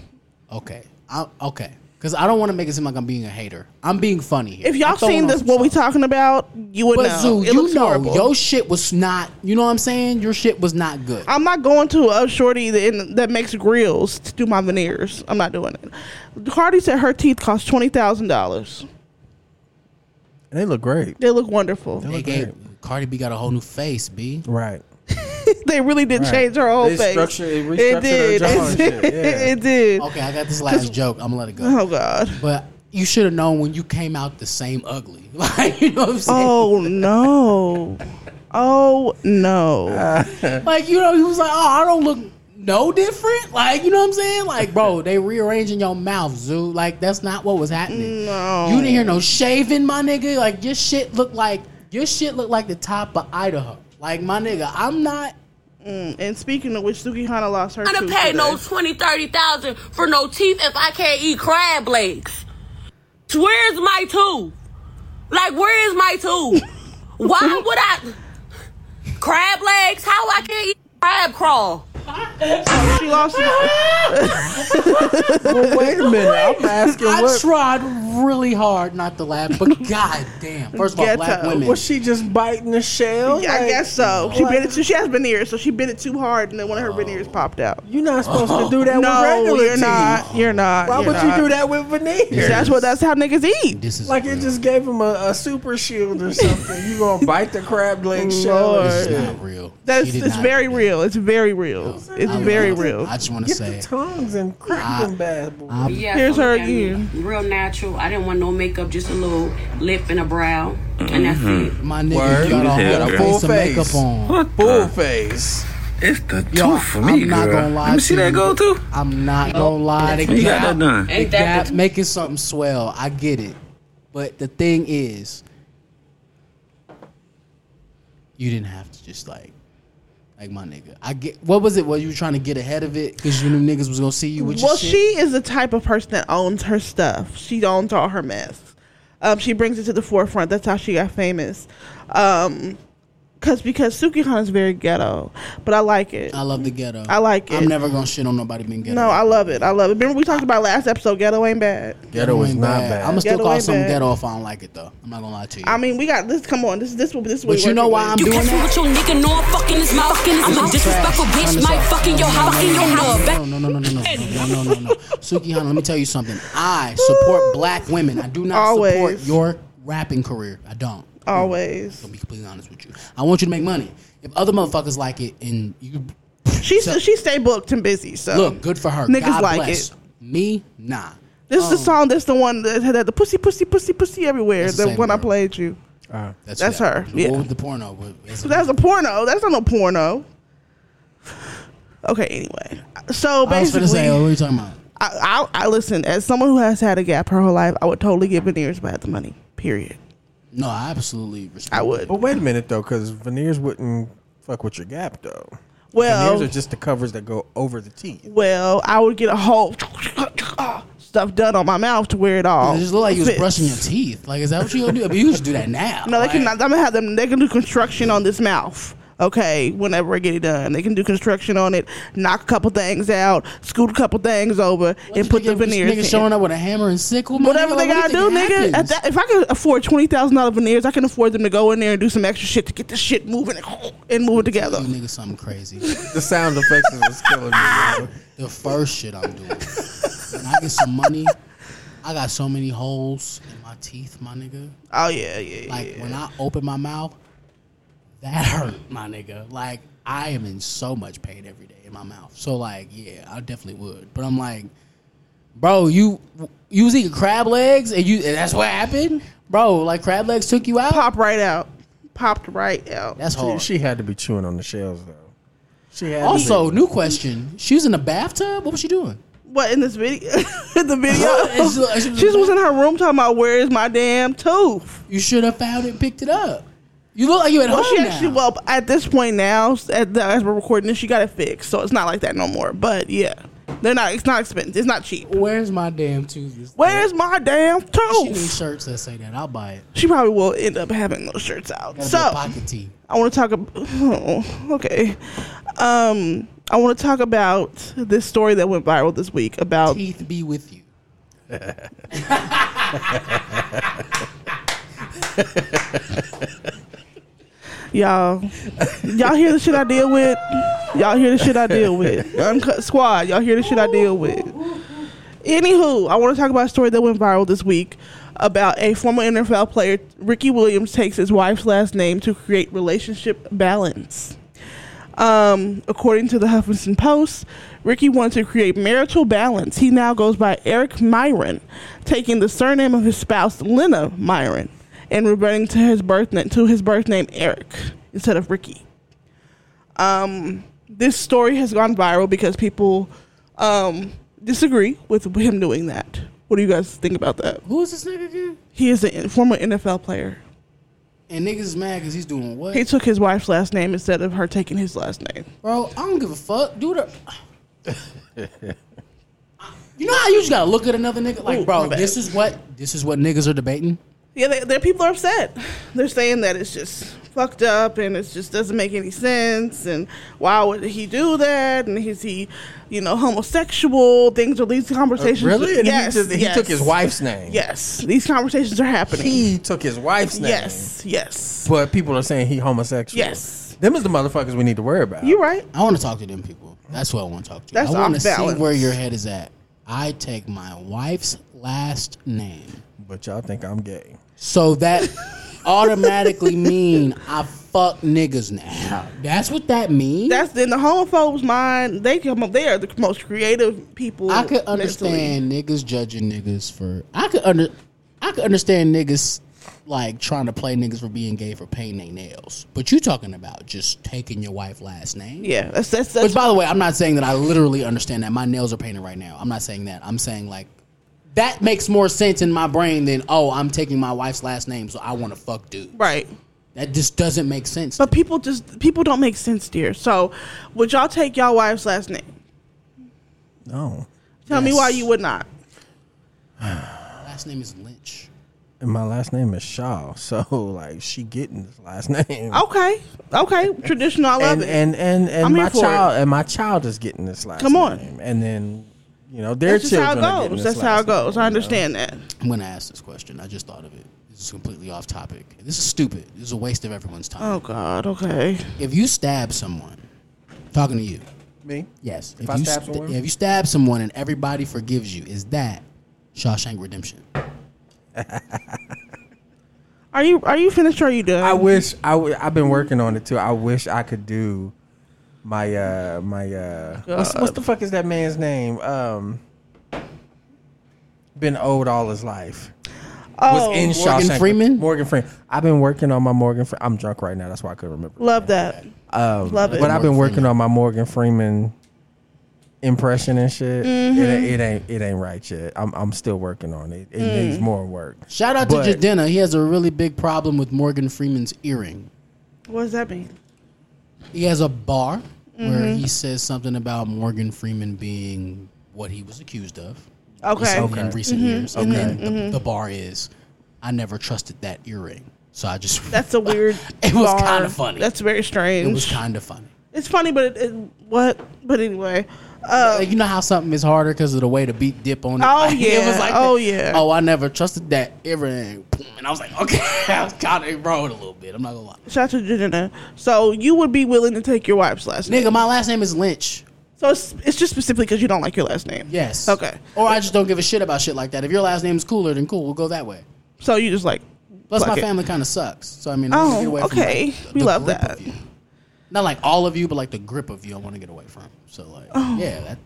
Okay, I, okay, because I don't want to make it seem like I'm being a hater. I'm being funny. Here.
If y'all
I'm throwing
seen
on
this,
some
what we
sauce.
talking about, you would
But
know.
Zoo,
it
you
looks
know
horrible.
your shit was not. You know what I'm saying? Your shit was not good.
I'm not going to a shorty that, in, that makes grills to do my veneers. I'm not doing it. Cardi said her teeth cost twenty thousand dollars.
They look great.
They look wonderful.
they gave Cardi B got a whole new face. B.
Right.
they really did
Right.
change her whole
They
face.
structured- it restructured her jaw
It did.
and shit, yeah.
It did.
Okay, I got this last joke. I'm gonna let it go.
Oh God.
But you should have known when you came out the same ugly. Like you know what I'm saying?
Oh no. Oh
Uh,
no.
Like, you know, he was like, oh, I don't look no different. Like, you know what I'm saying? Like, bro, they rearranging your mouth, Zoo. Like, that's not what was happening.
No.
You didn't hear no shaving, my nigga. Like, your shit looked like your shit looked like the top of Idaho. Like, my nigga, I'm not.
And speaking of which, Suki Hana lost her.
I done
tooth
paid no
today.
20, 30,000 for no teeth if I can't eat crab legs. Where's my tooth? Like, where is my tooth? Why would I? Crab legs? How I can't eat crab crawl?
So she lost.
Well, wait a minute. I'm asking
I
what.
tried really hard not to laugh, but god damn. First of all,
Ghetto.
black women.
was she just biting the shell?
Yeah, I
Like,
guess so. She bit it too. She has veneers, so she bit it too hard, and then one of her veneers popped out.
You're not supposed to do that with
No,
Oh. regular
you're
teeth.
not. You're not.
Why
you're
would
not.
you do that with veneers?
That's what. That's how niggas eat.
this is
Like it just gave him a, a super shield or something. You gonna bite the crab leg
Lord.
shell?
It's not real.
That's
She did
it's
not-
very real. It's very real. It's
I
very
love it.
real.
I just want to
Get
say,
the tongues and crack them bad boy.
Yeah,
Here's
so
her
look at me.
again.
Real natural. I didn't want no makeup, just a little lip and a brow, and that's it.
my nigga,
Word.
you got all
Yeah,
that
girl.
face of makeup on.
Full face.
It's the
Yo,
tooth for me,
I'm
girl.
not gonna lie
Let me
to
see that
you.
go too.
I'm not
Oh,
gonna lie to
You got that done.
The
Ain't that
gap
the-
making something swell. I get it, but the thing is, you didn't have to just like, like my nigga. I get what was it? Was you trying to get ahead of it because you knew niggas was gonna see you with your
Well,
shit?
she is the type of person that owns her stuff. She owns all her mess. Um, she brings it to the forefront. That's how she got famous. Um, cause because Sukihan is very ghetto, but I like it.
I love the ghetto.
I like it.
I'm never gonna shit on nobody being ghetto.
no, I love it. I love it. Remember we talked about last episode. Ghetto ain't bad.
Ghetto is
ain't
not
bad.
bad.
I'ma still
Ghetto
call
ain't
something
bad.
ghetto if I don't like it though. I'm not gonna lie to you.
I mean, we got this. Come on, this this will this.
but you know why I'm
You
doing
can't
that?
with your nigga, no, I'm fucking his mouth. I'm a disrespectful bitch, might fucking your house, fucking your nub.
No, no, no, no, no, no, no, no, no, no. Suki Hana, let me tell you something. I support black women. I do not support
Always.
your rapping career. I don't.
always.
To be completely honest with you, I want you to make money. If other motherfuckers like it, and you
She
So-
she stay booked and busy. So
look good for her,
Niggas
God
like
bless.
it.
Me, nah.
This is the song. That's the one that had the pussy, pussy, pussy, pussy everywhere.
That's the
The
same
one I
girl.
played you. That's
that-
her, yeah.
What was the porno? What-
So that's a porno. That's not no porno. Okay. Anyway, so
I was
basically,
gonna say, what are you talking about?
I, I I listen as someone who has had a gap her whole life. I would totally get veneers if I had the money. Period.
No, I absolutely respect.
I would.
But wait a minute though, because veneers wouldn't fuck with your gap though.
Well,
veneers are just the covers that go over the teeth.
well, I would get a whole stuff done on my mouth to wear it all.
It just looked like you was
fits.
brushing your teeth. Like, is that what you gonna do? I mean, you should do that now.
No, they
like,
can. I'm gonna have them. They can do construction on this mouth. Okay, whenever I get it done, they can do construction on it, knock a couple things out, scoot a couple things over, and put the veneers.
Nigga
in.
showing up with a hammer and sickle. my
Whatever
nigga,
they
like, what
gotta do,
you think
nigga. At
happens?
that, if I can afford twenty thousand dollar veneers, I can afford them to go in there and do some extra shit to get this shit moving and, and move it together.
You nigga, something crazy.
The sound effects is killing me. bro.
the first shit I'm doing. when I get some money, I got so many holes in my teeth, my nigga.
Oh yeah, yeah, yeah.
Like when I open my mouth, that hurt, my nigga. Like I am in so much pain every day in my mouth. So like, yeah, I definitely would. But I'm like, bro, you you was eating crab legs and you and that's what happened, bro. Like crab legs took you out.
Pop right out, popped right out.
That's
She,
hard.
she had to be chewing on the shells though. She had to
also,
be.
new question. She was in the bathtub. What was she doing?
What in this video? in the
It's- it's-
video, she just was in her room talking about where is my damn tooth.
You should have found it and picked it up. You look like you at
Well,
home
she
now.
actually, well, at this point now, at the, as we're recording this, she got it fixed, so it's not like that no more. But yeah, they're not. It's not expensive. It's not cheap.
Where's my damn tooth?
Where's my damn
she needs
tooth?
shirts that say that? I'll buy it.
She probably will end up having those shirts out.
Gotta
So
be a pocket tee.
I want to talk about. Oh, okay. Um, I want to talk about this story that went viral this week about
Teeth be with you.
y'all. Y'all hear the shit I deal with? Y'all hear the shit I deal with? Uncut squad. Y'all hear the shit I deal with? Anywho, I want to talk about a story that went viral this week about a former NFL player, Ricky Williams, takes his wife's last name to create relationship balance. Um, according to the Huffington Post, Ricky wanted to create marital balance. He now goes by Eric Myron, taking the surname of his spouse Lena Myron and reverting to his birth na- to his birth name Eric instead of Ricky. Um, this story has gone viral because people um, disagree with him doing that. What do you guys think about that?
Who is this nigga again?
He is a former NFL player.
And niggas is mad because he's doing what?
He took his wife's last name instead of her taking his last name.
Bro, I don't give a fuck. Dude, the. you know how you just gotta look at another nigga? Like,
Ooh,
bro,
my bad.
this is what this is what niggas are debating.
Yeah, they, their people are upset. They're saying that it's just fucked up and it just doesn't make any sense and why would he do that and is he you know homosexual things or these conversations
Uh, Really? And
yes,
he, just, he
yes.
took his wife's name.
yes these conversations are happening
He took his wife's name.
yes yes
But people are saying he homosexual.
Yes.
Them is the motherfuckers we need to worry about.
you right
I want to talk to them people. That's what I want to talk to.
That's
I want to
off
see
balance.
where your head is at. I take my wife's last name,
But y'all think I'm gay.
so that automatically mean I fuck niggas now. That's what that means.
that's in the homophobes mind they come up they are the most creative people
I could
mentally.
understand niggas judging niggas for. I could under. I could understand niggas like trying to play niggas for being gay for painting their nails. But you talking about just taking your wife last name?
yeah that's that's, that's
Which, by the way, I'm not saying that I literally understand that. My nails are painted right now. I'm not saying that. I'm saying like that makes more sense in my brain than oh, I'm taking my wife's last name, so I want to fuck dude.
right
That just doesn't make sense.
But people just people don't make sense, dear. So, would y'all take y'all wife's last name?
No.
Tell me
Yes.
why you would not.
My last name is Lynch.
And my last name is Shaw. So like she getting this last name.
Okay, okay, traditional. I love
and,
it.
and and and
I'm here
my
for
child and my child is getting this last
Come on.
name. And then you know their
that's just how
children are
it
getting
goes.
this
That's how
last
it goes.
name,
I
you know?
understand that.
I'm gonna ask this question. I just thought of it. This is completely off topic. This is stupid. This is a waste of everyone's time.
Oh God. Okay.
If you stab someone, talking to you,
Me?
yes. If,
I
you
stab
st-
someone?
if you stab someone and everybody forgives you, is that Shawshank Redemption?
Are you are you finished or are you done?
I wish I w- I've been working on it too. I wish I could do my uh my uh what's, what's the fuck is that man's name? Um been owed all his life.
oh,
was in
Morgan
Shawshank.
Freeman?
Morgan Freeman. I've been working on my Morgan. Fre- I'm drunk right now. That's why I couldn't remember.
love that.
Um,
Love it.
But I've been
Morgan
working
Freeman.
on my Morgan Freeman impression and shit.
Mm-hmm.
It, ain't- it ain't it ain't right yet. I'm I'm still working on it. It needs more work.
Mm. Shout out
But-
to Jadena. He has a really big problem with Morgan Freeman's earring.
What does that mean?
He has a bar
Mm-hmm.
where he says something about Morgan Freeman being what he was accused of
Okay. Mm-hmm.
recently- in recent years. And then the, the bar is, I never trusted that earring. So I just.
That's a weird.
It was
bar.
kinda funny.
That's very strange.
it was kind of funny.
it's funny, but it, it, what? But anyway. Uh,
Like, you know how something is harder because of the way the beat dip on it.
Oh,
Like,
yeah. Oh, yeah.
Oh, I never trusted that earring. And I was like, okay, I was kind of rolled a little bit. I'm not gonna lie,
shout out to Jenna. So you would be willing to take your wife's last name?
nigga. My last name is Lynch.
So it's, it's just specifically because you don't like your last name.
Yes.
Okay.
Or I just don't give a shit about shit like that. If your last name is cooler, then cool. We'll go that way.
So you just like.
Plus,
fuck
my
it.
family kind of sucks. So I mean, I wanna
Oh,
get away from,
okay.
like,
we
the
love
grip
that.
of you. Not like all of you, but like the grip of you. I want to get away from. So like,
Oh.
yeah, that.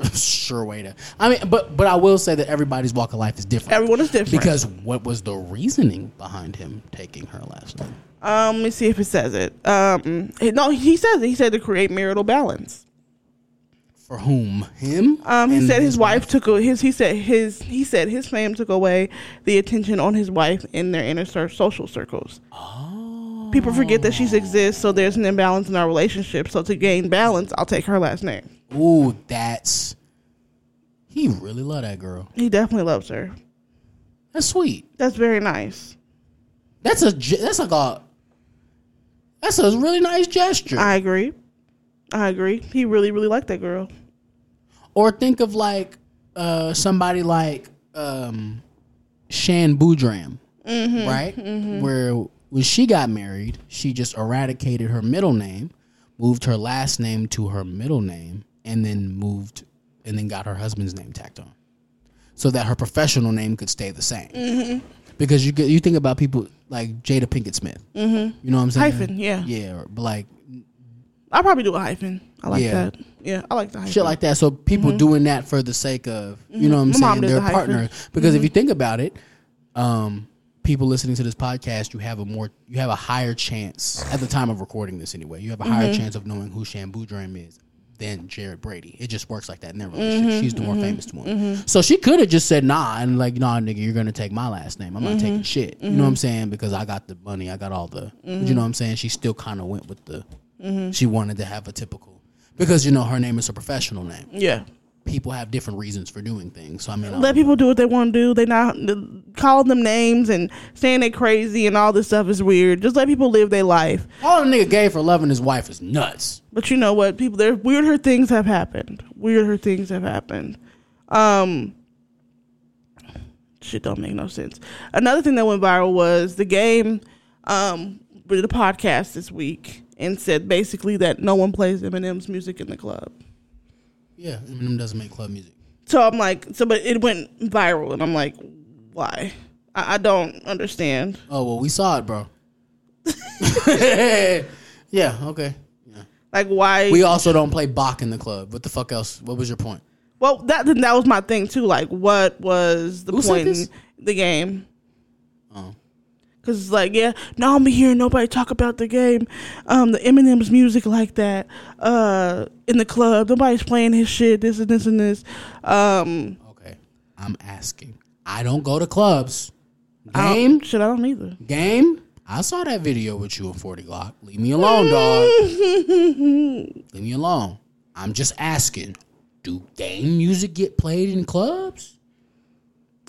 for Sure way to. I mean, but but I will say that everybody's walk of life is different.
Everyone is different.
because what was the reasoning behind him taking her last name?
Um, let me see if it says it. Um, he- no, he says it. He said to create marital balance.
For whom? Him?
Um, he
And
said his wife took a, his. He said his. He said his fame took away the attention on his wife in their inner cir- social circles. Oh. People forget that she's exists, so there's an imbalance in our relationship. So to gain balance, I'll take her last name.
Ooh, that's. He really loved that girl.
He definitely loves her.
That's sweet.
That's very nice.
That's a ge- that's like a that's a really nice gesture.
I agree. I agree. He really, really liked that girl.
or think of like uh, somebody like um, Shan Boudram,
Mm-hmm,
right? Where when she got married, she just eradicated her middle name, moved her last name to her middle name, and then moved and then got her husband's name tacked on, so that her professional name could stay the same.
Mm-hmm.
Because you get, you think about people like Jada Pinkett Smith, you know what I'm saying?
Mm-hmm. Hyphen, yeah.
yeah, or- but like
I'll probably do a hyphen. I like
Yeah.
that. Yeah, I like the hyphen.
shit like that. So people doing that for the sake of you know what I'm
My mom
saying
does
their
the hyphen. Mm-hmm.
partner. Because if you think about it, um, people listening to this podcast, you have a more you have a higher chance at the time of recording this anyway. You have a higher
Mm-hmm.
chance of knowing who Shambu Dream is than Jared Brady. It just works like that in their
Mm-hmm.
relationship. She's the more famous one. So she could have just said nah and like nah nigga you're gonna take my last name. I'm not
Mm-hmm.
taking shit. You know what I'm saying? Because I got the money. I got all the.
Mm-hmm.
You know what I'm saying? She still kind of
Mm-hmm.
went with the. She wanted to have a typical because you know her name is a professional name.
Yeah.
people have different reasons for doing things. So I mean,
Let people do what they want to do. They not calling them names and saying they crazy and all this stuff is weird. Just let people live their life.
all a nigga gay for loving his wife is nuts.
But you know what? People there weirder things have happened. Weirder things have happened. Um shit don't make no sense. Another thing that went viral was the game um did a podcast this week and said basically that no one plays Eminem's music in the club.
Yeah, Eminem doesn't make club music.
So I'm like so but it went viral and I'm like, why? I, I don't understand.
Oh well, we saw it, bro. yeah. Okay. Yeah.
Like why
We also don't play Bach in the club. What the fuck else? What was your point?
Well, that that was my thing too. Like, what was the
Who said
point in
this?
the game?
Oh.
Cause it's like, yeah, no, I'm hearing nobody talk about the game, um, the Eminem's music like that, uh, in the club. Nobody's playing his shit. This and this and this. Um,
Okay. I'm asking. I don't go to clubs.
I don't-
Game,
shit, I don't either.
game. I saw that video with you and Forty Glock. Leave me alone, dog. Leave me alone. I'm just asking. Do game music get played in clubs?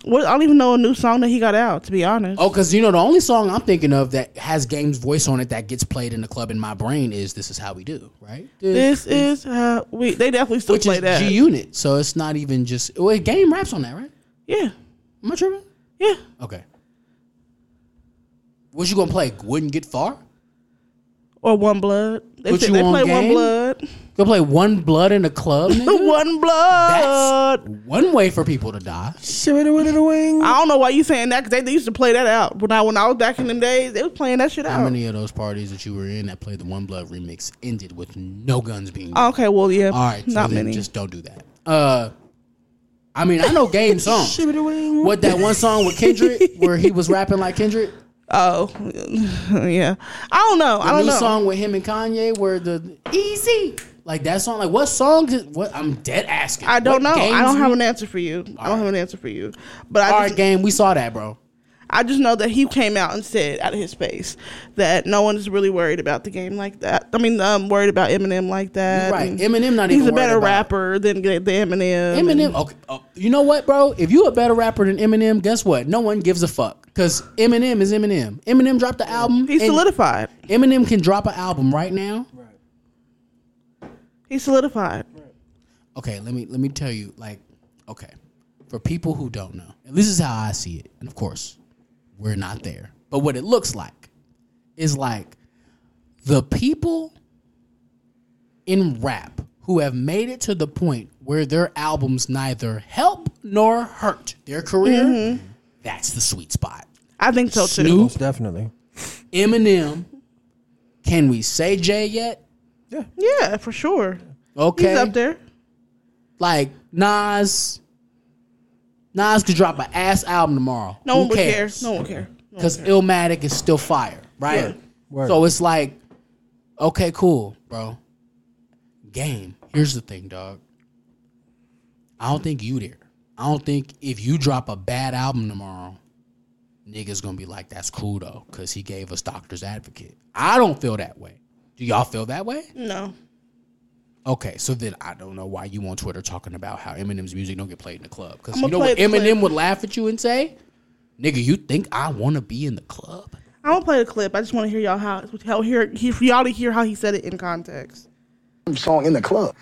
What I don't even know a new song that he got out. To be honest,
Oh, because you know the only song I'm thinking of that has Game's voice on it that gets played in the club in my brain is "This Is How We Do," right?
this is how we. They definitely still
which
play
is
that.
G Unit. So it's not even just. Well, Game raps on that, right?
yeah,
Am I tripping?
yeah.
Okay. What you gonna play? Wouldn't get far.
Or One Blood. They,
What
said
you
they
on,
play One
Game?
Blood.
Go play One Blood in a club. Nigga?
One Blood.
That's one way for people to die.
Shiver the wind of the wing.
I don't know why you saying that because they, they used to play that out when I when I was back in them days. They was playing that shit
How
out.
many of those parties that you were in that played the One Blood remix ended with no guns being? used?
okay, well yeah,
All right, so
not
then
many.
Just don't do that. Uh, I mean, I know game songs.
Shiver the wing.
what that one song with Kendrick where he was rapping like Kendrick?
oh yeah, I don't know. I
The
don't
new
know.
song with him and Kanye where the easy like that song. Like what song? Did, what I'm dead asking.
I don't
What
know. I
games
don't
we-
have an answer for you. I don't have an answer for you. But I
All
just,
right, game. We saw that, bro.
I just know that he came out and said out of his face that no one is really worried about the game like that. I mean, um, worried about Eminem like that.
Right,
And
Eminem not
He's
even
a better
worried about it.
rapper than the the Eminem. and-
Eminem. Okay, oh, you know what, bro? If you a better rapper than Eminem, guess what? No one gives a fuck because Eminem is Eminem. Eminem dropped the album.
He's
and
solidified.
Eminem can drop an album right now.
He's solidified.
okay let me let me tell you like okay for people who don't know and this is how i see it and of course we're not there but what it looks like is like the people in rap who have made it to the point where their albums neither help nor hurt their career
Mm-hmm.
that's the sweet spot
I think so too.
Snoop,
Definitely.
Eminem, can we say Jay yet?
Yeah, for sure.
Okay,
He's up there.
Like Nas, Nas could drop an ass album tomorrow.
No
Who
one would care.
cares?
No one would care. No
because Illmatic is still fire, right?
Word.
So it's like, okay, cool, bro. Game. Here's the thing, dog. I don't think you there. I don't think if you drop a bad album tomorrow, niggas gonna be like, "That's cool though," because he gave us Doctor's Advocate. I don't feel that way. Do y'all feel that way?
No.
Okay, so then I don't know why you on Twitter talking about how Eminem's music don't get played in the club. Because
I'ma
you know
play
what
the clip.
Eminem would laugh at you and say, "Nigga, you think I want to be in the club?"
I'm gonna play the clip. I just want to hear y'all how, how hear he, for y'all to hear how he said it in context.
song in the club.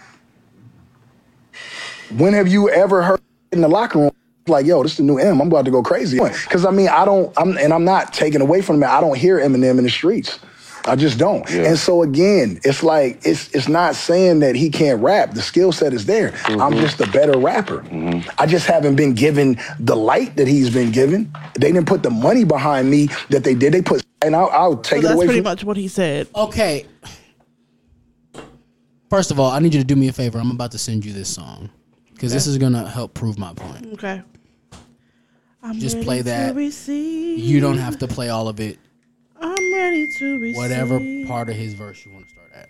When have you ever heard in the locker room like, "Yo, this is the new M. I'm about to go crazy." Because I mean, I don't. I'm and I'm not taking away from that. I don't hear Eminem in the streets. I just don't. And so again, it's like it's it's not saying that he can't rap. The skill set is there. I'm just a better rapper. I just haven't been given the light that he's been given. They didn't put the money behind me that they did. They put and I'll, I'll
So
take it
that's
away
pretty
from
much what he said.
Okay. First of all, I need you to do me a favor. I'm about to send you this song because this is gonna help prove my point.
Okay. I'm
Just
ready
play
to
that.
receive.
You don't have to play all of it.
I'm ready to receive.
Whatever part of his verse you want to start at.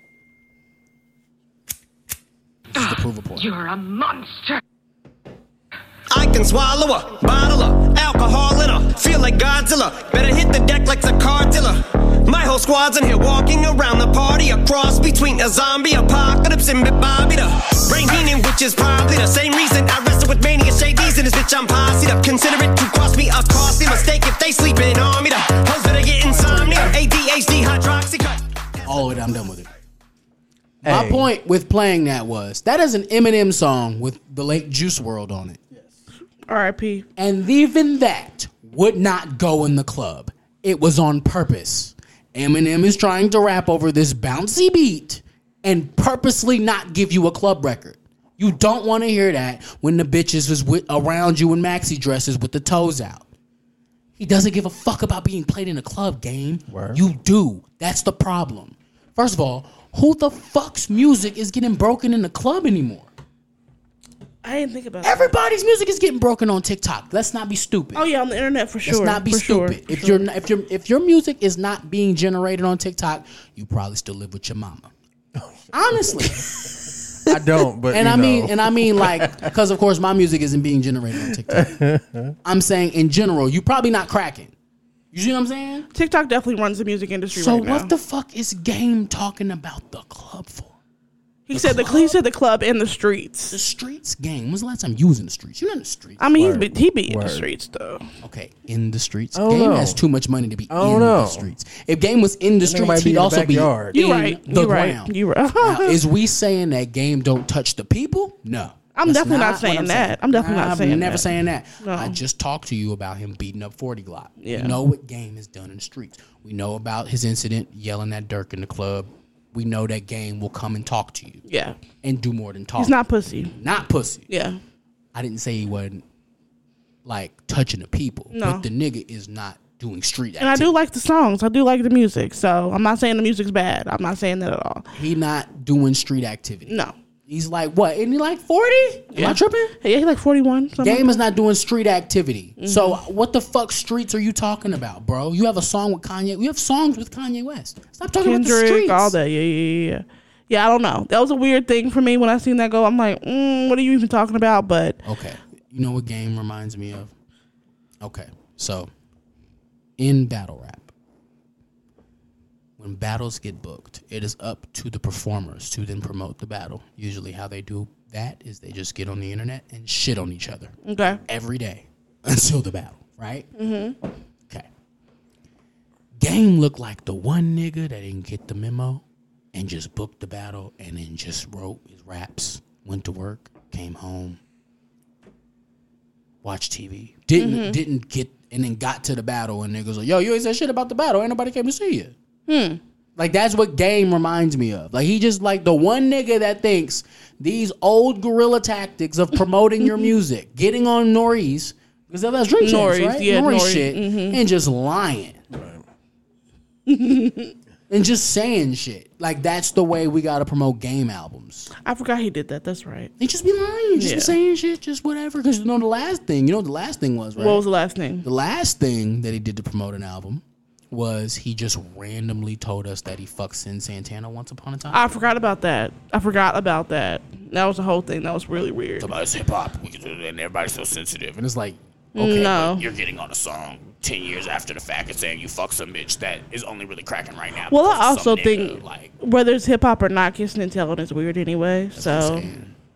This is to prove a point.
You're a monster.
I
fucking swallow a bottle of alcohol in her. Feel like Godzilla. Better hit the deck like a car dealer. My whole squad's in here walking around the party. A cross between a zombie apocalypse and Bit Bobby the Brain Heenan, which is probably the same reason I wrestle with mania shadies in this bitch. I'm posse up. Consider it to cost me a costly mistake if they sleeping on me. The hoes better get insomnia. ADHD, hydroxy cut.
All of it, I'm done with it. My point with playing that was that is an Eminem song with the late Juice World on it.
R.I.P.
And even that would not go in the club. It was on purpose. Eminem is trying to rap over this bouncy beat and purposely not give you a club record. You don't want to hear that when the bitches is with, around you in maxi dresses with the toes out. He doesn't give a fuck about being played in a club game. You do. That's the problem. First of all, who the fuck's music is getting broken in the club anymore?
I didn't think about
Everybody's music is getting broken on TikTok. Let's not be stupid.
Oh yeah, on the internet for sure.
Let's not be
for sure,
stupid.
for
if
sure.
you're not, if your if your music is not being generated on TikTok, you probably still live with your mama. Honestly,
I don't, but
and
you
I mean
know.
and I mean like because of course my music isn't being generated on TikTok. I'm saying in general, you probably not cracking. You see what I'm saying?
TikTok definitely runs the music industry.
So
right
what
now.
the fuck is game talking about the club for?
He said the he said the club and the streets. The
streets game. When's the last time you was in the streets? You're not in the streets.
I mean, he's
Word.
be, he be in the
Word.
streets though.
Okay, in the streets.
I don't
Game
know.
has too much money to be in
I don't
the
know.
streets. If Game was in the
That nigga might
streets,
be in
he'd
the
also be
backyard.
in
You right,
the
you right,
ground.
you right.
now, is we saying that Game don't touch the people? No.
I'm
That's
definitely not
what
saying that. I'm definitely not
I've
saying
never
that.
saying that.
No.
I just talked to you about him beating up 40 Glock.
Yeah.
We know what Game has done in the streets. We know about his incident yelling at Dirk in the club. We know that Game will come and talk to you.
Yeah.
And do more than talk.
He's not pussy.
Not pussy.
Yeah.
I didn't say he wasn't like touching the people,
No.
but the nigga is not doing street
And I
activity.
do like the songs. I do like the music. So I'm not saying the music's bad. I'm not saying that at all.
He not doing street activity.
No.
He's like what? Isn't he like forty? Am I tripping?
Yeah, he's like 41. Something.
Game is not doing street activity. So what the fuck streets are you talking about, bro? You have a song with Kanye. You have songs with Kanye West. Stop talking about the
Kendrick,
streets.
all that. Yeah, yeah, yeah, yeah. Yeah, I don't know. That was a weird thing for me when I seen that go. I'm like, mm, what are you even talking about? But
Okay. You know what game reminds me of? Okay. So in battle rap, when battles get booked, it is up to the performers to then promote the battle. Usually how they do that is they just get on the internet and shit on each other
okay.
every day until the battle, right?
Mm-hmm.
Okay. Game looked like the one nigga that didn't get the memo and just booked the battle and then just wrote his raps, went to work, came home, watched TV. Didn't
Mm-hmm.
Mhm.
didn't get and then got to the battle and niggas like, yo, you ain't said shit about the battle. Ain't nobody came to see you.
Hmm.
Like that's what game reminds me of. Like he just like the one nigga that thinks these old guerrilla tactics of promoting your music, getting on Nori's because that's drink champs,
Nori's,
right?
yeah,
Nori,
Nori,
shit,
mhm.
and just lying and just saying shit. Like that's the way we got to promote game albums.
I forgot he did that. That's right.
They just be lying, just
Yeah.
be saying shit, just whatever. Because you know the last thing, you know what the last thing was right.
What was the last thing?
The last thing that he did to promote an album was he just randomly told us that he fucked Sin Santana once upon a time.
I forgot about that. I forgot about that. That was the whole thing. That was really weird.
Somebody said pop, we can do that, and everybody's so sensitive. And it's like, okay,
No.
but you're getting on a song ten years after the fact and saying you fuck some bitch that is only really cracking right now.
Well,
because
I
of some
also
nigga,
think
like,
whether it's hip hop or not, kissing and telling is weird anyway. So,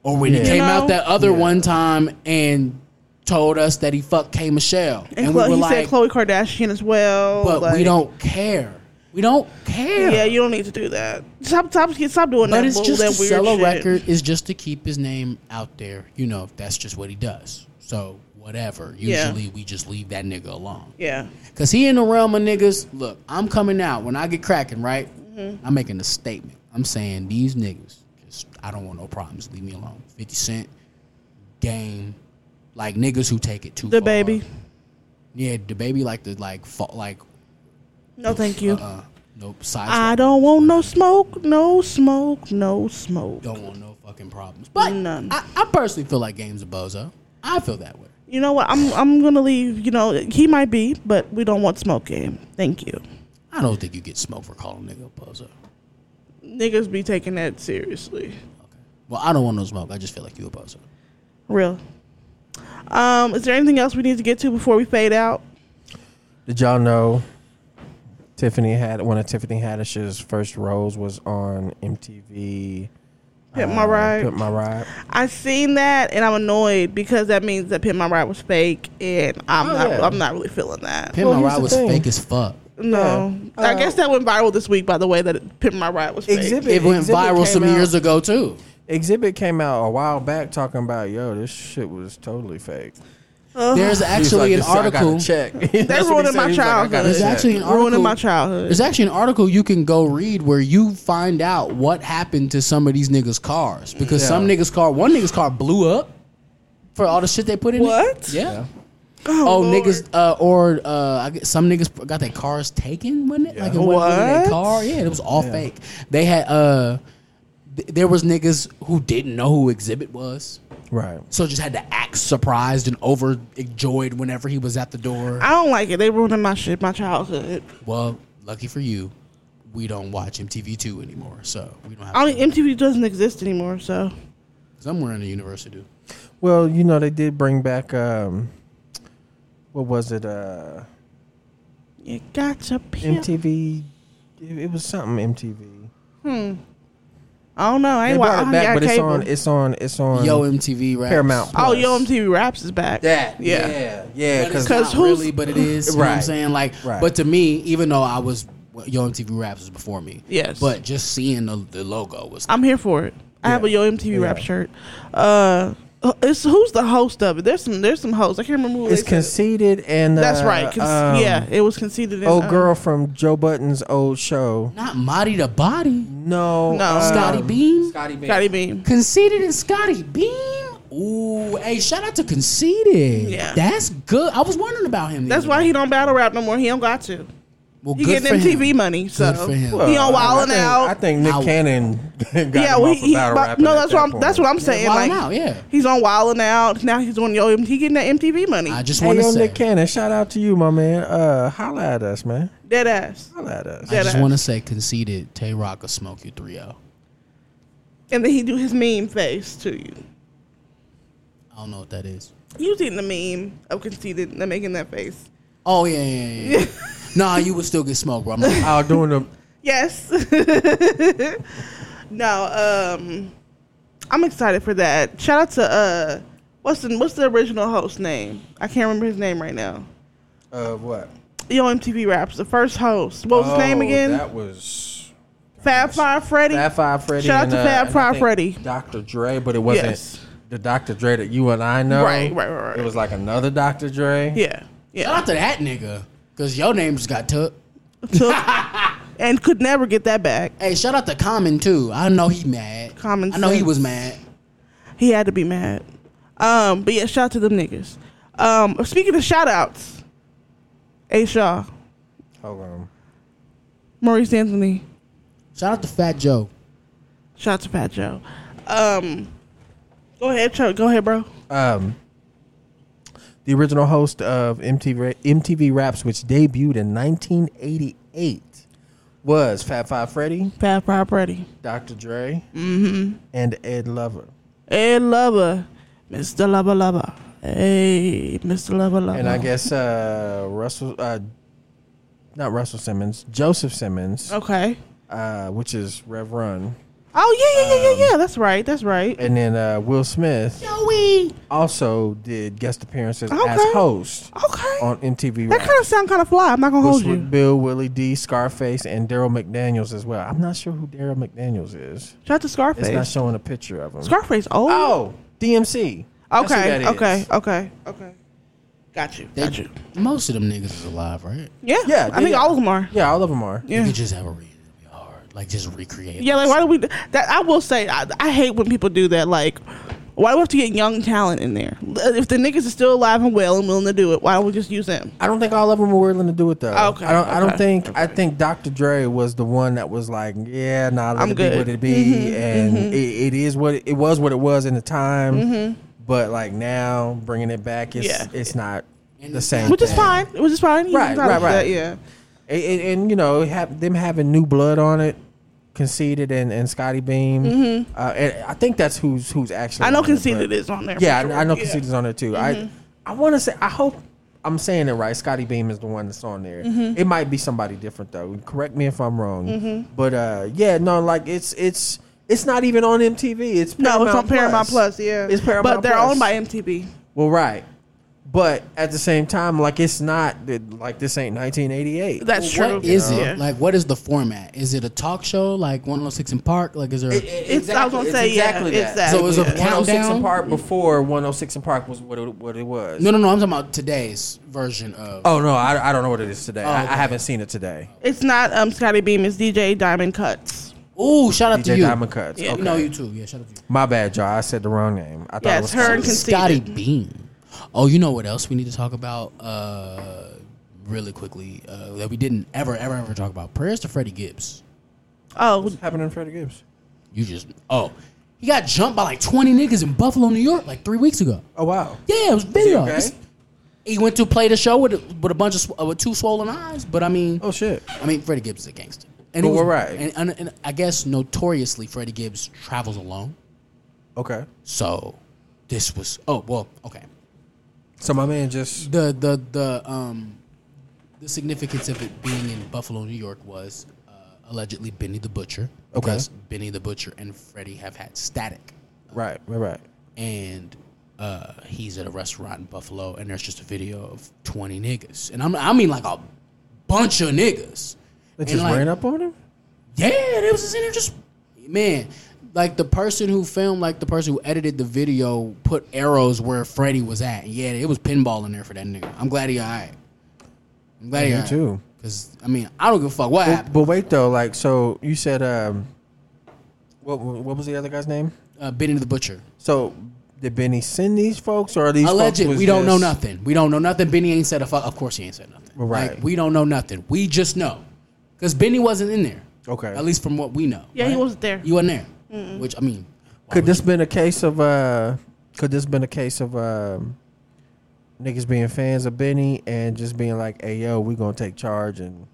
or when he
Oh. You
came
know?
out that other one time and told us that he fucked K Michelle,
and, Khlo- he said Khloe Kardashian as well.
but we
like-
don't care. We don't care.
Yeah, you don't need to do that. Stop, stop, stop doing
But
that.
it's
bull-
just
that
to
weird
sell a
shit.
record is just to keep his name out there. You know, if that's just what he does. So whatever.
Yeah.
Usually we just leave that nigga alone.
Yeah.
Cause he in the realm of niggas. Look, I'm coming out when I get cracking. Right,
Mm-hmm.
I'm making a statement. I'm saying these niggas. Just I don't want no problems. Leave me alone. Fifty Cent, Game, like niggas who take it too.
The
far.
baby.
Yeah, the baby like the like fa- like.
No, thank you.
Uh, nope. Size.
I don't want no smoke, no smoke, no smoke.
Don't want no fucking problems. But I, I personally feel like Game's a bozo. I feel that way.
You know what? I'm I'm gonna leave. You know, he might be, but we don't want smoke game. Thank you.
I don't think you get smoked for calling a nigga a bozo.
Niggas be taking that seriously.
Well, I don't want no smoke. I just feel like you a bozo.
Real. Um, is there anything else we need to get to before we fade out?
Did y'all know Tiffany had one of Tiffany Haddish's first roles was on MTV?
Pimp My Ride.
Uh, Pimp My Ride.
I seen that and I'm annoyed because that means that Pimp My Ride was fake and I'm
Oh,
not
yeah.
I'm not really feeling that.
Pimp My Ride was fake as fuck.
No. I guess that went viral this week by the way that Pimp My Ride was fake.
Oh. Exhibit.
It went
Exhibit
viral
came
some
out-
years ago too.
Exhibit came out a while back talking about yo, this shit was totally fake.
Uh-huh.
There's actually
He's
an
like, "This- I gotta
article.
Check.
They
That's what he
ruining
said.
my
He's like, "I gotta
childhood.
There's
check."
actually an article.
ruining my childhood.
There's actually an article you can go read where you find out what happened to some of these niggas' cars because some niggas' car, one niggas' car blew up for all the shit they put in it.
What?
Yeah. Oh,
Lord.
niggas, uh, or uh, I guess some niggas got their cars taken, wasn't it? Like it wasn't really
What?
their car. Yeah, it was all fake. They had uh, th- there was niggas who didn't know who Exhibit was,
Right.
so just had to act surprised and overjoyed whenever he was at the door.
I don't like it. They ruining my shit, my childhood.
Well, lucky for you, we don't watch MTV two anymore, so we don't have.
I mean, MTV doesn't exist anymore, so
somewhere in the universe to do.
Well, you know they did bring back um, what was it? Uh,
you got to pimp.
MTV. It, it was something MTV.
I don't know. I
They
ain't
brought
watching
it back, but it's
cable.
on. It's on. It's on.
Yo MTV raps.
Paramount.
oh,
Plus.
Yo MTV Raps is back.
That
Yeah.
yeah
Yeah,
But it's
'cause-
not
'Cause who's-
really, but it is. You know what I'm
Right.
saying? Like,
Right.
but to me, even though I was Yo MTV Raps was before me,
Yes.
But just seeing the, the logo was
I'm here for it. I have a Yo MTV
Yeah.
Rap shirt. Uh, it's who's the host of it? There's some. There's some hosts. I can't remember. Who they
It's
said.
conceded and uh,
That's right. Con-
um,
yeah, it was conceded. In,
Old
um,
girl from Joe Button's old show.
not Marty the Body,
No.
No.
um,
Scotty Beam,
Scotty Beam.
Scotty Beam.
Conceited and Scotty Beam. Ooh, hey, shout out to Conceited.
Yeah.
that's good. I was wondering about him. the
That's
other
why
day.
he don't battle rap no more. He don't got to.
Well,
He
good
getting
for him.
MTV money, so
for him.
he on
I
wilding
think, I
out.
think Nick
Out.
Cannon got
yeah,
him
well,
off
he, he,
of battle
but-
rapping
no,
at
that's
that
what I'm.
point.
That's what I'm saying.
wilding
like,
out, yeah.
he's on wilding out now. He's on Yo MTV. He getting that MTV money.
I just
Hey,
want to
yo,
say.
Nick Cannon, shout out to you, my man. Uh, holla at us, man.
Dead ass.
Holla at us.
I
Dead
just
ass.
want to say, conceded. Tay Rock will smoke you oh. 3 0.
And then he do his meme face to you.
I don't know what that is.
You seen the meme of conceited and making that face?
Oh, yeah, yeah, yeah. yeah. nah, you would still get smoked, bro. I'm like,
Out doing the
Yes. no. Um, I'm excited for that. Shout out to uh, what's the what's the original host name? I can't remember his name right now.
uh, what?
Yo MTV Raps, the first host. What was his name
Oh,
again?
That was
Fab Five Freddy.
Fab Five Freddy.
Shout out
and,
to
uh,
Fab
and I
Five
think
Freddy.
Dr. Dre, but it wasn't
Yes.
the Dr. Dre that you and I know.
Right, right, right, right.
It was like another Dr. Dre.
Yeah,
shout
yeah.
out to that nigga. Because your name just got took.
Took and could never get that back.
Hey, shout out to Common, too. I know he mad.
Common
I know he
sense.
was mad.
He had to be mad. Um, but yeah, shout out to them niggas. Um, speaking of shout outs, A. Shaw,
Hold on.
Maurice Anthony,
Shout out to Fat Joe.
shout out to Pat Joe. Um, go ahead, Chuck. Go ahead, bro.
Um, the original host of MTV, Ra- MTV Raps, which debuted in 1988, was Fat Five Freddy,
Fab Five Freddy,
Dr. Dre,
Mm-hmm.
and Ed Lover.
Ed Lover, Mr. Lover Lover. Hey, Mr. Lover Lover.
And I guess uh, Russell, uh, not Russell Simmons, Joseph Simmons,
Okay.
uh, which is Rev Run.
Oh yeah, yeah, yeah, yeah, yeah. That's right. That's right.
And then uh, Will Smith
Joey.
also did guest appearances as
Okay.
host
Okay.
on MTV
that
Raps.
kind of sound kind of fly. I'm not gonna hold
Which
you.
with Bill, Willie D, Scarface, and Daryl McDaniels as well. I'm not sure who Daryl McDaniels is.
Shout out to Scarface.
It's not showing a picture of him.
Scarface. old.
Oh, DMC. Oh, That's who that
Okay,
is.
okay, okay, okay. Got you.
They-
Got you.
Most of them niggas is alive, right?
Yeah,
Yeah,
I think
yeah.
all of them are.
Yeah, all of them are.
You
Yeah.
could just have a reason. It'd be hard. Like, just recreate.
Yeah, like why do we? That I will say, I, I hate when people do that. Like, why do we have to get young talent in there? If the niggas are still alive and well and willing to do it, why don't we just use them?
I don't think all of them were willing to do it though.
Okay,
I don't. I
okay,
don't think. I think Dr. Dre was the one that was like, "Yeah, nah, let
I'm
it
good. Mm-hmm,
be what it be," and It, it is what it, it was. What it was in the time, but like now, bringing it back, it's
Mm-hmm. Yeah.
it's not
And
the
it's
same.
not
Which is
thing.
fine. Which is fine. You
Right,
can
right,
do that,
right.
yeah.
and, and, and, you know have them having new blood on it Conceded and, and Scotty Beam.
Mhm.
Uh, and I think that's who's who's actually.
I know
on there,
Conceded
but-
is on there for
Yeah, I-
sure.
I know
Yeah.
Conceded's on there too.
Mhm.
I I want to say I hope I'm saying it right. Scotty Beam is the one that's on there.
Mhm.
It might be somebody different though. Correct me if I'm wrong.
Mhm.
But uh, yeah, no, like it's it's it's not even on MTV. It's Paramount
no, it's on Paramount Plus. Yeah,
it's Paramount.
but they're
Plus.
owned by MTV.
Well, right. But at the same time, like it's not that- like this ain't 1988.
Well, What is
You
it
know?
like? What is the format? Is it a talk show like 106 in Park? Like, is there? A,
It's- I was gonna say, yeah, exactly.
So it was a
Yeah.
106
countdown?
in Park before 106 in Park was what it, what it was.
No, no, no. I'm talking about today's version of.
Oh no, I, I don't know what it is today.
Oh,
I,
okay.
I haven't seen it today.
It's not um Scotty Beam. It's DJ Diamond Cuts.
Ooh, shout
out to DJ you. Oh, Diamond Cuts,
Yeah,
okay.
No, you too. Yeah, shout out to you.
My bad, y'all. I said the wrong name. I thought it was
Scotty Beam. Oh, you know what else we need to talk about? Uh, really quickly uh, that we didn't ever, ever, ever talk about. Prayers to Freddie Gibbs.
Oh,
what's happening to Freddie Gibbs?
You just oh, he got jumped by like 20 niggas in Buffalo, New York, like three weeks ago.
Oh wow.
Yeah, it was
he
video.
okay?
It's- He went to play the show with a- with a bunch of sw- uh, with two swollen eyes, but I mean,
oh shit.
I mean, Freddie Gibbs is a gangster,
But
he
we're right.
And, and, and I guess notoriously, Freddie Gibbs travels alone.
Okay.
So this was oh well okay.
So my man just
the the the um the significance of it being in Buffalo, New York was uh, allegedly Benny the Butcher.
Okay.
because Benny the Butcher and Freddie have had static,
Right, right, right.
and uh, he's at a restaurant in Buffalo, and there's just a video of twenty niggas, and I'm, I mean like a bunch of niggas.
They
And,
just
like,
ran up on him.
yeah, they was just in there just man. Like the person who filmed, like the person who edited the video, put arrows where Freddie was at. Yeah, it was pinball in there for that nigga. I'm glad he alright. I'm glad he
Me
alright.
too.
Cause I mean, I don't give a fuck what happened.
But, but wait though, like so you said, um, what what was the other guy's name?
Uh, Benny the Butcher.
So did Benny send these folks, or are these
Alleged.
Folks was
We don't know
just-
nothing. We don't know nothing. Benny ain't said a fuck. Of course he ain't said nothing.
Well, right.
Like, we don't know nothing. We just know, cause Benny wasn't in there.
Okay.
At least from what we know.
Yeah, he wasn't there.
You wasn't there.
Mm-mm.
Which I mean,
Could this been a case of uh? Could this been a case of um? Niggas being fans of Benny and just being like, "Hey yo, we gonna take charge and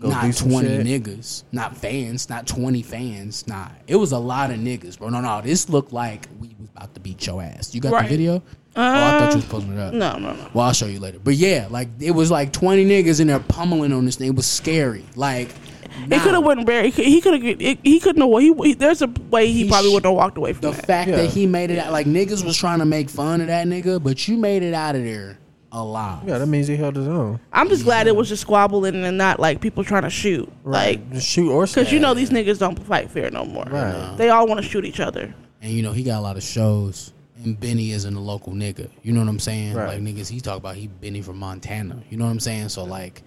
go
not
do some
20
shit."
niggas, not fans, not 20 fans. Nah, it was a lot of niggas, bro. No, no, this looked like we was about to beat your ass. You got the
Right.
video? oh, I thought
Uh,
you was posting it up.
no, no, no.
Well, I'll show you later. But yeah, like it was like 20 niggas in there pummeling on this thing. It was scary. Like,
It could have went very. He could have. He couldn't have. He, he there's a way he, probably wouldn't have walked away from
the
that.
fact that he made it out, like niggas was trying to make fun of that nigga, but you made it out of there alive.
Yeah, that means he held his own.
I'm just glad it was just squabbling and not like people trying to shoot.
Right.
Like
Just shoot or
because you
stab.
know these niggas don't fight fair no more.
Right.
They all want to shoot each other.
and you know he got a lot of shows and benny isn't a local nigga you know what i'm saying
Right.
like niggas he talk about he benny from montana you know what i'm saying so like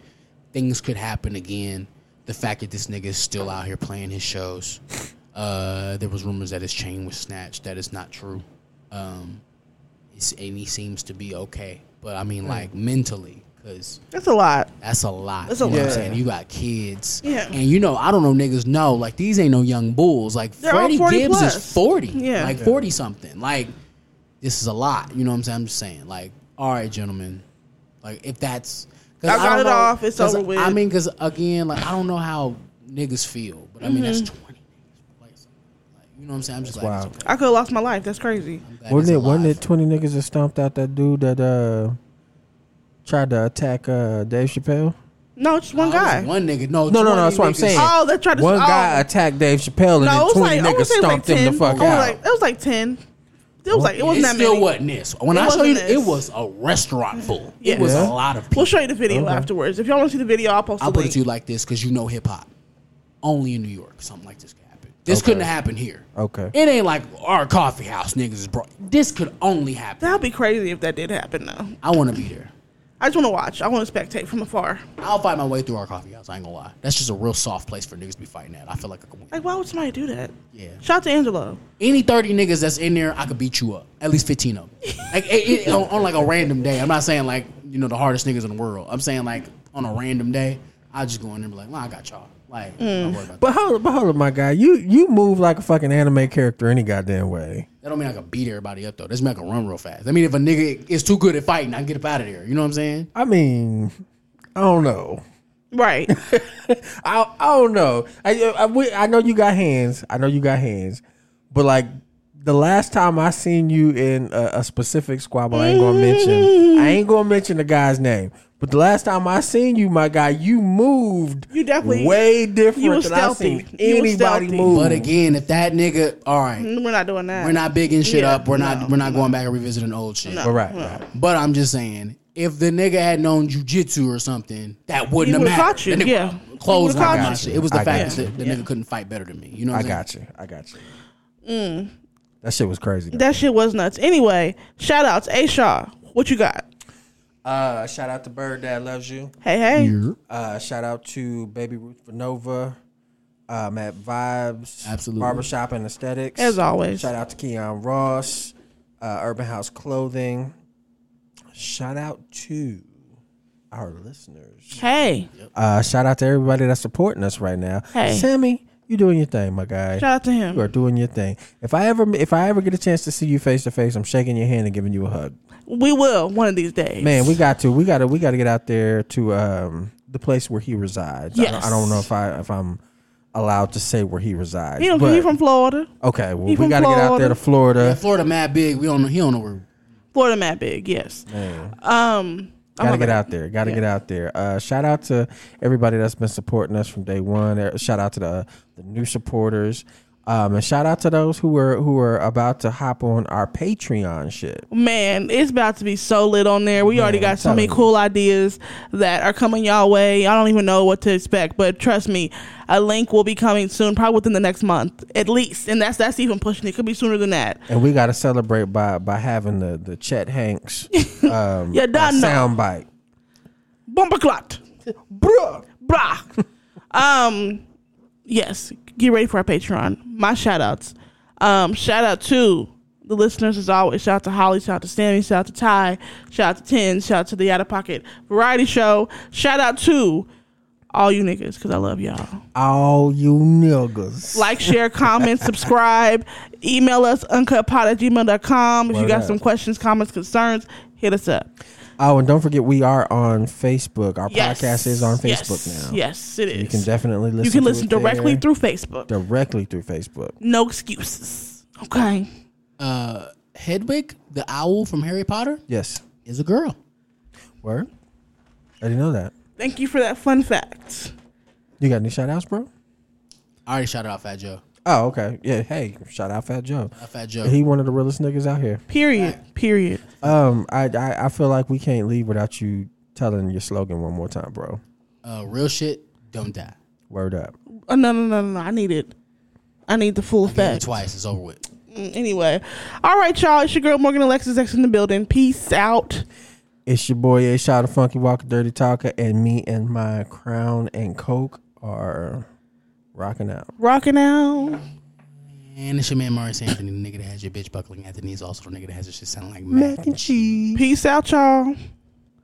things could happen again the fact that this nigga is still out here playing his shows uh there was rumors that his chain was snatched that is not true um it's, and he seems to be okay but i mean
Mm.
like mentally because
That's a lot.
that's a lot.
That's a
you know what
lot.
I'm saying? You got kids.
Yeah.
And you know, I don't know niggas know, like these ain't no young bulls. Like
They're all
Freddie
40
Gibbs
plus.
is 40.
Yeah.
Like
Yeah.
40 something. Like this is a lot. You know what I'm saying? I'm just saying, like, all right, gentlemen. Like if that's 'cause
I got it
don't
off. It's
'cause
over with.
I mean, cause again, like I don't know how niggas feel, but I mean that's
Mhm.
twenty niggas play something. Like, you know what I'm saying? I'm just
That's
like,
wild.
it's okay.
I could have lost my life. That's crazy.
Wasn't it? Wasn't it twenty niggas that stomped out that dude that uh tried to attack uh Dave Chappelle?
No, just one
No, it was
guy.
one nigga. No,
No, no, no. That's what I'm saying.
Oh, they tried to.
One
oh.
guy attacked Dave Chappelle, and
No, it
then
was
twenty
like I
niggas
would say it was like
stomped
ten.
him the fuck
I was
out.
Like, it was like ten. It was like it wasn't
it
that
still
many.
wasn't this. When
It
I show you,
wasn't
it
this.
was a restaurant full.
Yeah.
It was
Yeah.
a lot of people.
We'll show you the video
Okay.
afterwards. If y'all want to see the video, I'll post.
I'll
the
put
link.
it to you like this because you know hip hop. Only in New York, something like this could happen. This
Okay.
couldn't have happened here.
Okay.
It ain't like our coffee house niggas is brought. This could only happen.
That'd be crazy if that did happen, though.
I want to be there.
I just want to watch. I want to spectate from afar.
I'll fight my way through our coffee house. I ain't gonna lie. That's just a real soft place for niggas to be fighting at. I feel like I could win.
Like, why would somebody do that?
Yeah.
Shout out to Angelo.
Any thirty niggas that's in there, I could beat you up. At least fifteen of them. Like it, it- on, on like a random day. I'm not saying like you know the hardest niggas in the world. I'm saying like on a random day, I just go in there and be like, well, I got y'all. Like don't
Mm.
worry about
But hold, up, but hold up, my guy. You you move like a fucking anime character any goddamn way.
That don't mean I can beat everybody up though. That doesn't mean I can run real fast. I mean, if a nigga is too good at fighting, I can get up out of there. You know what I'm saying?
I mean, I don't know.
Right.
I I don't know. I I, we, I know you got hands. I know you got hands. But like the last time I seen you in a, a specific squabble, I ain't gonna mention. I ain't gonna mention the guy's name. But the last time I seen you, my guy, you moved.
You definitely
way different
you was
than I
stealthy.
seen
You was
anybody
stealthy.
move.
But again, if that nigga, all right,
We're not doing that.
we're not bigging shit
Yeah,
up. We're
no,
not we're not going back and revisiting old shit.
No,
All right,
no.
right.
But I'm just saying, if the nigga had known jujitsu or something, that wouldn't
He
have
would've
mattered.
caught you,
The nigga
yeah.
closed
He
my
would've
my
caught
shit.
you.
It was the
I
fact
got
that the nigga couldn't fight better than me. You know, what
I
I'm saying?
got you. I got you. That shit was crazy. Though.
Mm. That shit was nuts. Anyway, shout outs. A Shaw, what you got?
Uh, shout out to Bird Dad loves you.
Hey, hey.
Uh, shout out to Baby Roots for Nova. Um, at Vibes,
Absolutely.
Barbershop and Aesthetics.
As always.
Shout out to Keon Ross, uh, Urban House Clothing. Shout out to our listeners.
Hey.
Uh, shout out to everybody that's supporting us right now.
Hey.
Sammy, you doing your thing, my guy.
Shout out to
you
him.
are doing your thing. If I ever, if I ever get a chance to see you face to face, I'm shaking your hand and giving you a hug.
We will one of these days.
Man, we got to, we got to, we got to get out there to um, the place where he resides. I, don't,
Yes.
I don't know if I, if I'm allowed to say where he resides.
He don't
but-
he from Florida.
okay, well,
he
we
from
got to get out there to
Yeah,
Florida.
Florida mad big. We don't know. He don't know where.
Florida Mad Big, yes. Um I'm
Gotta
not
get
bad.
out there. Gotta get out there. Uh, shout out to everybody that's been supporting us from day one. Uh, Shout out to the the new supporters, um, and shout out to those who are who are about to hop on our Patreon shit.
Man, it's about to be so lit on there. We already
I'm
got so
telling
many
you.
cool ideas that are coming y'all way. I don't even know what to expect, but trust me, a link will be coming soon, probably within the next month at least. And that's that's even pushing it. Could be sooner than that.
And we gotta celebrate by by having the the Chet Hanks um,
You done know.
soundbite.
Bumper clot.
Bruh.
Brah. um, yes, get ready for our Patreon. My shout outs. Um, shout out to the listeners as always. Shout out to Holly, shout out to Sammy, shout out to Ty, shout out to Ten, shout out to the Out of Pocket Variety Show. Shout out to all you niggas, because I love y'all.
All you niggas.
Like, share, comment, subscribe. Email us uncutpod at gmail.com. If you
Word
got
up.
some questions, comments, concerns, hit us up.
Oh, and don't forget we are on Facebook. Our
Yes.
podcast is on
Yes.
Facebook now.
Yes, it is.
You can definitely listen.
you can
to
listen
it there.
directly through Mm. Facebook.
directly through Facebook.
No excuses. Okay.
Uh, Hedwig, the owl from Harry Potter,
Yes.
is a girl.
Word. I didn't know that.
Thank you for that fun fact.
You got any shout outs, bro?
I already shouted out Fat Joe.
Oh, okay. Yeah. Hey, shout out Fat Joe.
Not Fat Joe.
He one of the realest niggas out here.
Period. Period.
Um, I, I I feel like we can't leave without you telling your slogan one more time, bro.
uh, real shit, don't die.
Word up.
Oh, no, no, no, no, no. I need it. I need the full
Did it
fact.
twice. It's over with.
Mm, Anyway. All right, y'all. It's your girl Morgan Alexis X in the building. Peace out.
It's your boy A Shot of Funky Walker Dirty Talker, and me and my crown and coke are rocking out.
Rocking out.
And it's your man Maurice Anthony, the nigga that has your bitch buckling at the knees, also the nigga that has your shit sounding like mac.
and cheese.
Peace out, y'all.